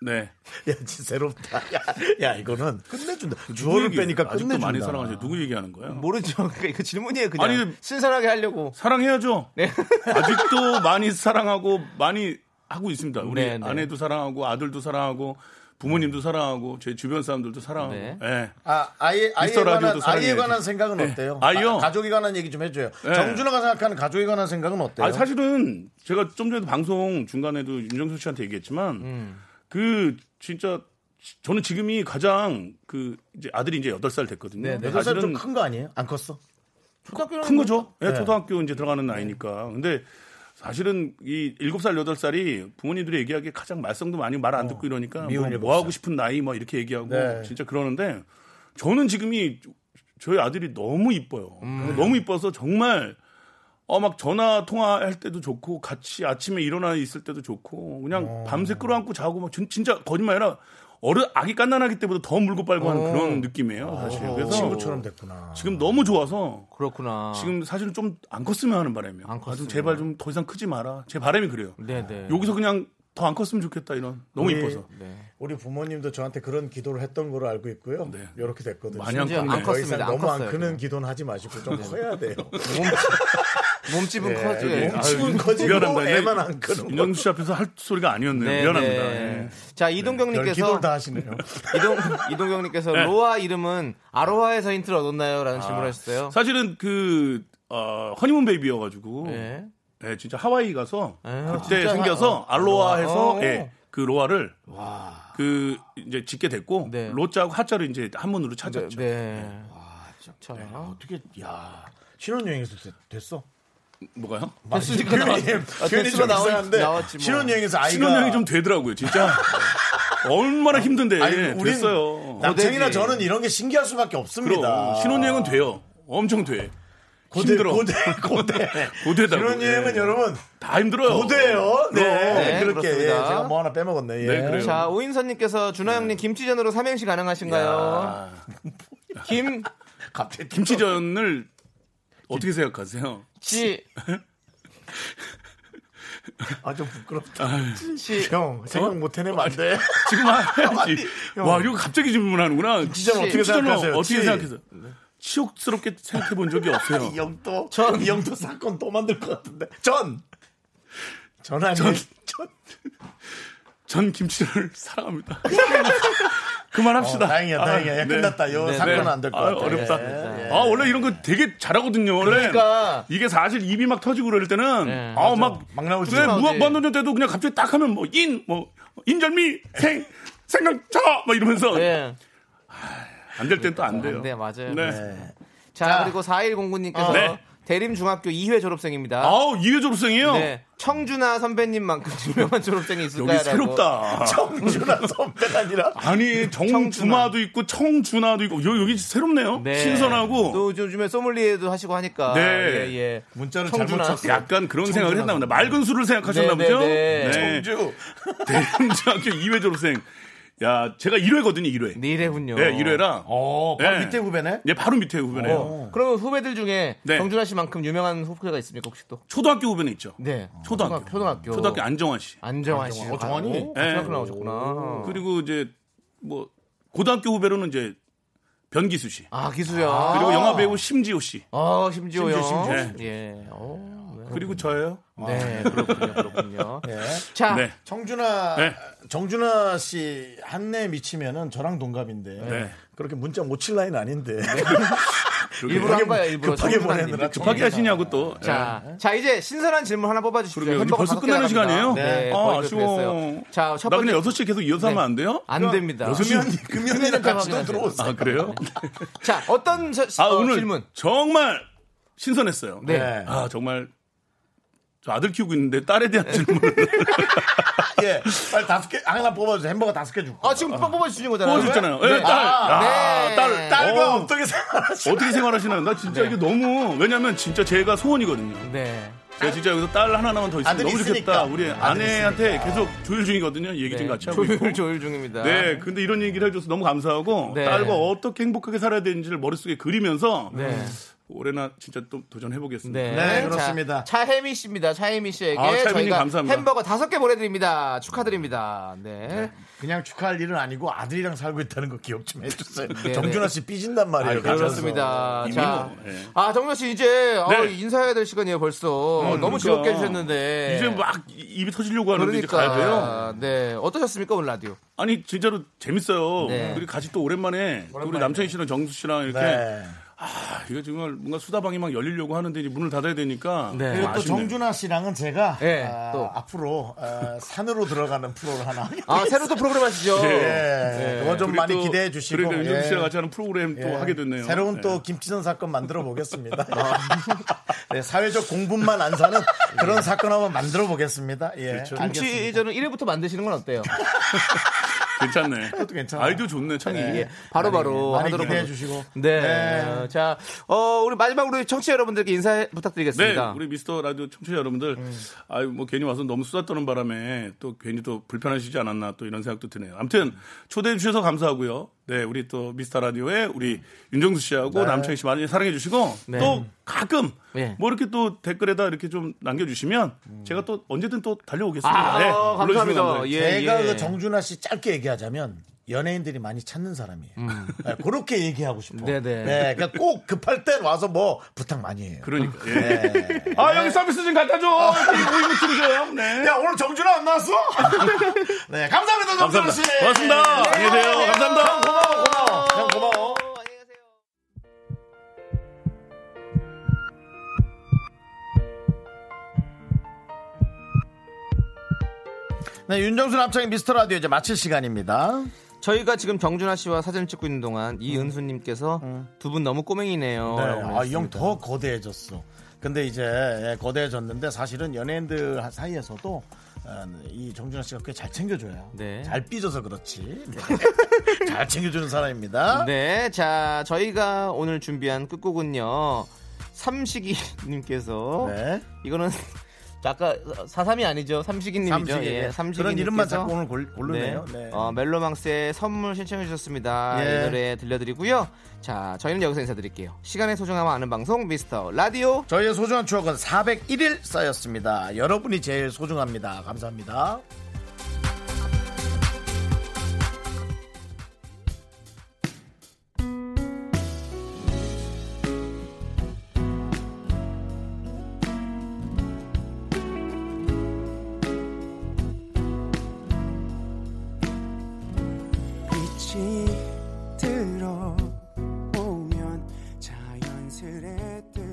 네. 야, 진짜 새롭다. 야, 야, 이거는 끝내준다. 주어를 누구 얘기예요? 빼니까 아직도 끝내준다. 뭐- 많이 사랑하죠. 누구 얘기하는 거예요? 모르죠. 그러니까 이거 질문이에요. 그냥 아니, 신선하게 하려고. 사랑해야죠. 네. 아직도 많이 사랑하고 많이 하고 있습니다. 우리 네, 네. 아내도 사랑하고 아들도 사랑하고 부모님도 사랑하고 제 주변 사람들도 사랑하고. 네. 예. 아, 아이, 아이에 미스터 라디오도 관한, 아이에 사랑해야지. 관한 생각은 네. 어때요? 아이요? 가- 가족에 관한 얘기 좀 해줘요. 네. 정준호가 생각하는 가족에 관한 생각은 어때요? 아 사실은 제가 좀 전에도 방송 중간에도 윤정수 씨한테 얘기했지만 음. 그 진짜 지- 저는 지금이 가장 그 이제 아들이 이제 8살 됐거든요. 네, 네. 여덟 살 사실은 좀 큰 거 아니에요? 안 컸어? 큰 거죠. 예, 네. 초등학교 이제 들어가는 나이니까. 근데 사실은 이 7살, 8살이 부모님들이 얘기하기에 가장 말썽도 많이 말 안 듣고 이러니까 어, 미운 뭐, 일곱 뭐 살. 하고 싶은 나이 막 이렇게 얘기하고 네. 진짜 그러는데 저는 지금이 저희 아들이 너무 이뻐요. 음. 너무 이뻐서 정말 어 막 전화 통화할 때도 좋고 어. 같이 아침에 일어나 있을 때도 좋고 그냥 밤새 끌어안고 자고 막 진, 진짜 거짓말이라 어른 아기 갓난아기 때보다 더 물고 빨고 하는 그런 느낌이에요 사실. 그래서 어. 친구처럼 됐구나. 지금 너무 좋아서 그렇구나. 지금 사실은 좀 안 컸으면 하는 바람이에요. 안 컸으면. 제발 좀 더 이상 크지 마라. 제 바람이 그래요. 네네. 여기서 그냥 더 안 컸으면 좋겠다 이런 너무 우리- 이뻐서. 우리 부모님도 저한테 그런 기도를 했던 걸로 알고 있고요. 이렇게 됐거든요. 네. 많이 안 심지어 컸네. 안 더 이상 컸습니다. 안 너무 안 컸어요, 크는 그냥. 기도는 하지 마시고 좀 커야 돼요. 몸집은 예, 커지. 네. 아, 예. 몸집은 커지고 애만 안 크는 윤정수 씨 앞에서 할 소리가 아니었네요. 네, 미안합니다. 네. 예. 자 이동경님께서 별 기도를 다 하시네요. 이동 이동경님께서 네. 로아 이름은 아로하에서 힌트를 얻었나요?라는 질문을 하셨어요. 사실은 그 어, 허니문 베이비여가지고 예. 예, 진짜 하와이 가서 그때 진짜? 생겨서 아, 알로아 알로아. 해서 어. 예, 그 로아를 그 이제 짓게 됐고 로자하고 하자를 이제 한문으로 찾았죠. 네. 자, 어떻게 야 신혼여행에서 됐- 됐어? 뭐가요? 됐으니까 나왔- 아, 괜히 됐으니까 좀 나왔- 이상한데 나왔지 뭐. 신혼여행에서 아이가 신혼여행이 좀 되더라고요, 진짜. 얼마나 힘든데 아니, 우린 네, 됐어요. 남창이나 고되지. 저는 이런 게 신기할 수밖에 없습니다. 그럼 신혼여행은 돼요. 엄청 돼. 고대, 힘들어. 고대, 고대. 고되다고. 신혼여행은 예. 여러분 다 힘들어요. 고대예요. 네, 네, 그렇게 예, 그렇습니다. 제가 뭐 하나 빼먹었네. 예. 네, 그래요. 자 오인선님께서 준하 형님 김치전으로 삼행시 가능하신가요? 김 갑자기 또- 김치전을 어떻게 생각하세요? 씨, 아, 좀 부끄럽다. 씨, 어? 형, 생각 못 해내면 안 돼. 지금 아니, 해야지. 형. 와, 이거 갑자기 질문하는구나. 김치전 어떻게 생각하세요? 어떻게 치. 생각해서? 치욕스럽게 생각해 본 적이 없어요. 이 형 또, 전. 이 형 또 사건 또 만들 것 같은데. 전! 전 아니, 전. 전. 전 김치전을 사랑합니다. 그만합시다. 어, 다행이야, 아, 다행이야. 야, 네. 끝났다. 요 네. 사건은 안 될 것 아, 같아. 어렵다. 예, 예. 아, 원래 이런 거 되게 잘하거든요. 원래 그러니까. 이게 사실 입이 막 터지고 그럴 때는 네, 아, 막, 어, 막 나오지. 그래, 나오지. 무한 반도전 때도 그냥 갑자기 딱 하면 뭐 인, 뭐 인절미, 생, 생강차 막 이러면서 네, 안 될 땐 또 안 돼요. 네 맞아요. 네. 예. 자, 그리고 4109님께서 네. 대림 중학교 2회 졸업생입니다. 아우, 이회 졸업생이에요. 네, 청준아 선배님만큼 유명한 졸업생이 여기 있을까요? 새롭다. 정준하 선배가 아니라. 아니 정주마도 있고 청준하도 있고 여- 여기 새롭네요. 신선하고 또 요즘에 소믈리에도 하시고 하니까 네. 예, 예. 문자를 청준아. 잘못 쳤어. 약간 그런 생각을 했나 보다. 맑은 술을 생각하셨나 네, 보죠. 네, 네. 청주. 대림중학교 2회 졸업생. 야, 제가 1회거든요, 1회. 네, 이래군요. 네, 1회라. 어, 바로 네. 밑에 후배네? 네, 바로 밑에 후배네요. 어. 그러면 후배들 중에 네. 정준하 씨만큼 유명한 후배가 있습니까 혹시 또? 초등학교 후배는 있죠. 네. 초등학교. 초등학교. 초등학교 안정환 씨. 안정환 씨. 어, 정환이? 오, 네. 초등학교 나오셨구나. 그리고 이제 뭐 고등학교 후배로는 이제 변기수 씨. 아, 기수야. 그리고 영화 배우 네. 심지호 씨. 아, 심지어 요 심지어, 심지어. 예. 오, 네. 그리고 저예요. 네, 그렇군요. 그렇군요. 예. 자, 네. 청준아, 네. 정준하 씨 한내 미치면은 저랑 동갑인데. 네. 그렇게 문자 못 칠 라인 아닌데. 일부러 한 거야, 일부러. 급하게 정준하 님. 보내느라. 급하게 하시냐고 또. 자, 자 이제 네. 신선한 질문 하나 뽑아 주십시오. 그러게요. 이제 벌써 끝나는 시간이에요? 네, 아, 거의 아쉬워. 그랬어요. 자, 네. 아, 첫 나 번째 그냥 6시에 계속 이어서 하면 안 돼요? 안 됩니다. 금연, 금연이랑 같이 또 확인하세요. 들어오세요. 아, 그래요? 자, 어떤 저- 아, 어, 오늘 질문? 정말 신선했어요. 네. 네. 아, 정말 저 아들 키우고 있는데 딸에 대한 질문을 예. 빨리 다섯 개, 하나 뽑아주세요. 햄버거 다섯 개 줄게. 아, 지금 뽑아 주신 거잖아요. 보여줬잖아요. 예, 딸. 아, 야, 네. 딸, 딸과 딸과 어. 떻게 생활하시 어떻게 생활하시나요? 나 진짜 이게 너무 왜냐면 진짜 제가 소원이거든요. 네. 제가 진짜 여기서 딸 하나만 더 있으면 아들이 너무 있으니까. 좋겠다. 우리 아내한테 계속 조율 중이거든요. 얘기 좀 같이 하고 있고. 네. 조율 조율 중입니다. 네, 근데 이런 얘기를 해줘서 너무 감사하고 네. 딸과 어떻게 행복하게 살아야 되는지를 머릿속에 그리면서 네. 올해나 진짜 또 도전해보겠습니다. 네, 네, 자, 그렇습니다. 차혜미 씨입니다. 차혜미 씨에게 아, 차혜미 님 저희가 감사합니다. 햄버거 다섯 개 보내드립니다. 축하드립니다. 네. 그냥 축하할 일은 아니고 아들이랑 살고 있다는 거 기억 좀 해주세요. 네. 정준하 씨 삐진단 말이에요. 아, 가져와서. 그렇습니다. 이미 자, 뭐, 예. 아 정렬 씨 이제 어, 네. 인사해야 될 시간이에요 벌써. 어, 너무 그러니까. 즐겁게 해주셨는데 이제 막 이- 입이 터지려고 하는데 이제 가야 돼요. 그러니까 네 어떠셨습니까 오늘 라디오? 아니 진짜로 재밌어요. 네. 그리고 같이 또 오랜만에, 또 우리 남창희 씨랑 정수 씨랑 이렇게 네. 아, 이거 정말 뭔가 수다방이 막 열리려고 하는데 이제 문을 닫아야 되니까 네. 네. 그리고 또 정준하 씨랑은 제가 네, 아, 또. 앞으로 아, 산으로 들어가는 프로를 하나. 아 새로 또 프로그램 하시죠. 예, 네. 그거 좀 많이 기대해 주시고 그리고 그러니까 윤정 씨랑 예. 같이 하는 프로그램 또 예. 하게 됐네요. 새로운 네. 아. 또 김치전 사건 만들어 보겠습니다. 네, 사회적 공분만 안 사는 그런 그렇죠. 사건 한번 만들어 보겠습니다. 예. 알겠습니다. 김치전은 1회부터 만드시는 건 어때요? 예. 괜찮네. 괜찮아. 아이디어 좋네, 창이. 예, 바로바로 많이 하도록 기대해 하겠습니다. 주시고. 네. 네. 자, 어, 우리 마지막으로 청취자 여러분들께 인사 네, 부탁드리겠습니다. 우리 미스터 라디오 청취자 여러분들, 음. 아유 뭐 괜히 와서 너무 수다 떠는 바람에 또 괜히 또 불편하시지 않았나 또 이런 생각도 드네요. 아무튼 초대해 주셔서 감사하고요. 네, 우리 또 미스터 라디오에 우리 윤정수 씨하고 네. 남창희 씨 많이 사랑해 주시고 네. 또 가끔 네. 뭐 이렇게 또 댓글에다 이렇게 좀 남겨주시면 음. 제가 또 언제든 또 달려오겠습니다. 아, 네, 어, 불러주시면 감사합니다. 감사해요. 예, 제가 예. 그 정준하 씨 짧게 얘기하자면 연예인들이 많이 찾는 사람이에요. 네, 그렇게 얘기하고 싶어. 음. 네네. 네, 그러니까 꼭 급할 땐 와서 뭐 부탁 많이 해요. 그러니까. 예. 네. 아 여기 서비스 좀 갖다 줘. 이렇게 모임을 틀어줘요. 네. 야 오늘 정준하 안 나왔어? 네, 감사합니다 정준하 씨. 네. 감사합니다. 고맙습니다. 안녕히 계세요. 감사합니다. 고마워 고마워. 형 고마워. 네, 윤정수 남창의 미스터 라디오 이제 마칠 시간입니다. 저희가 지금 정준하 씨와 사진을 찍고 있는 동안 이은수님께서 두 분 너무 꼬맹이네요. 음. 네, 어, 라고 아, 이 형 보내주셨습니다. 더 거대해졌어. 근데 이제 예, 거대해졌는데 사실은 연예인들 사이에서도 어, 이 정준하 씨가 꽤 잘 챙겨줘요. 네. 잘 삐져서 그렇지. 네. 잘 챙겨주는 사람입니다. 네, 자, 저희가 오늘 준비한 끝곡은요. 삼식이님께서 네. 이거는 아까 사삼이 아니죠. 삼식이님이죠. 삼식이, 예, 예. 삼식이 그런 이름만 님께서 자꾸 오늘 골- 고르네요. 네. 어, 멜로망스의 선물 신청해 주셨습니다. 예. 이 노래 들려드리고요. 자, 저희는 여기서 인사드릴게요. 시간의 소중함을 아는 방송 미스터 라디오. 저희의 소중한 추억은 401일 쌓였습니다. 여러분이 제일 소중합니다. 감사합니다. 빛이 들어오면 자연스레 돼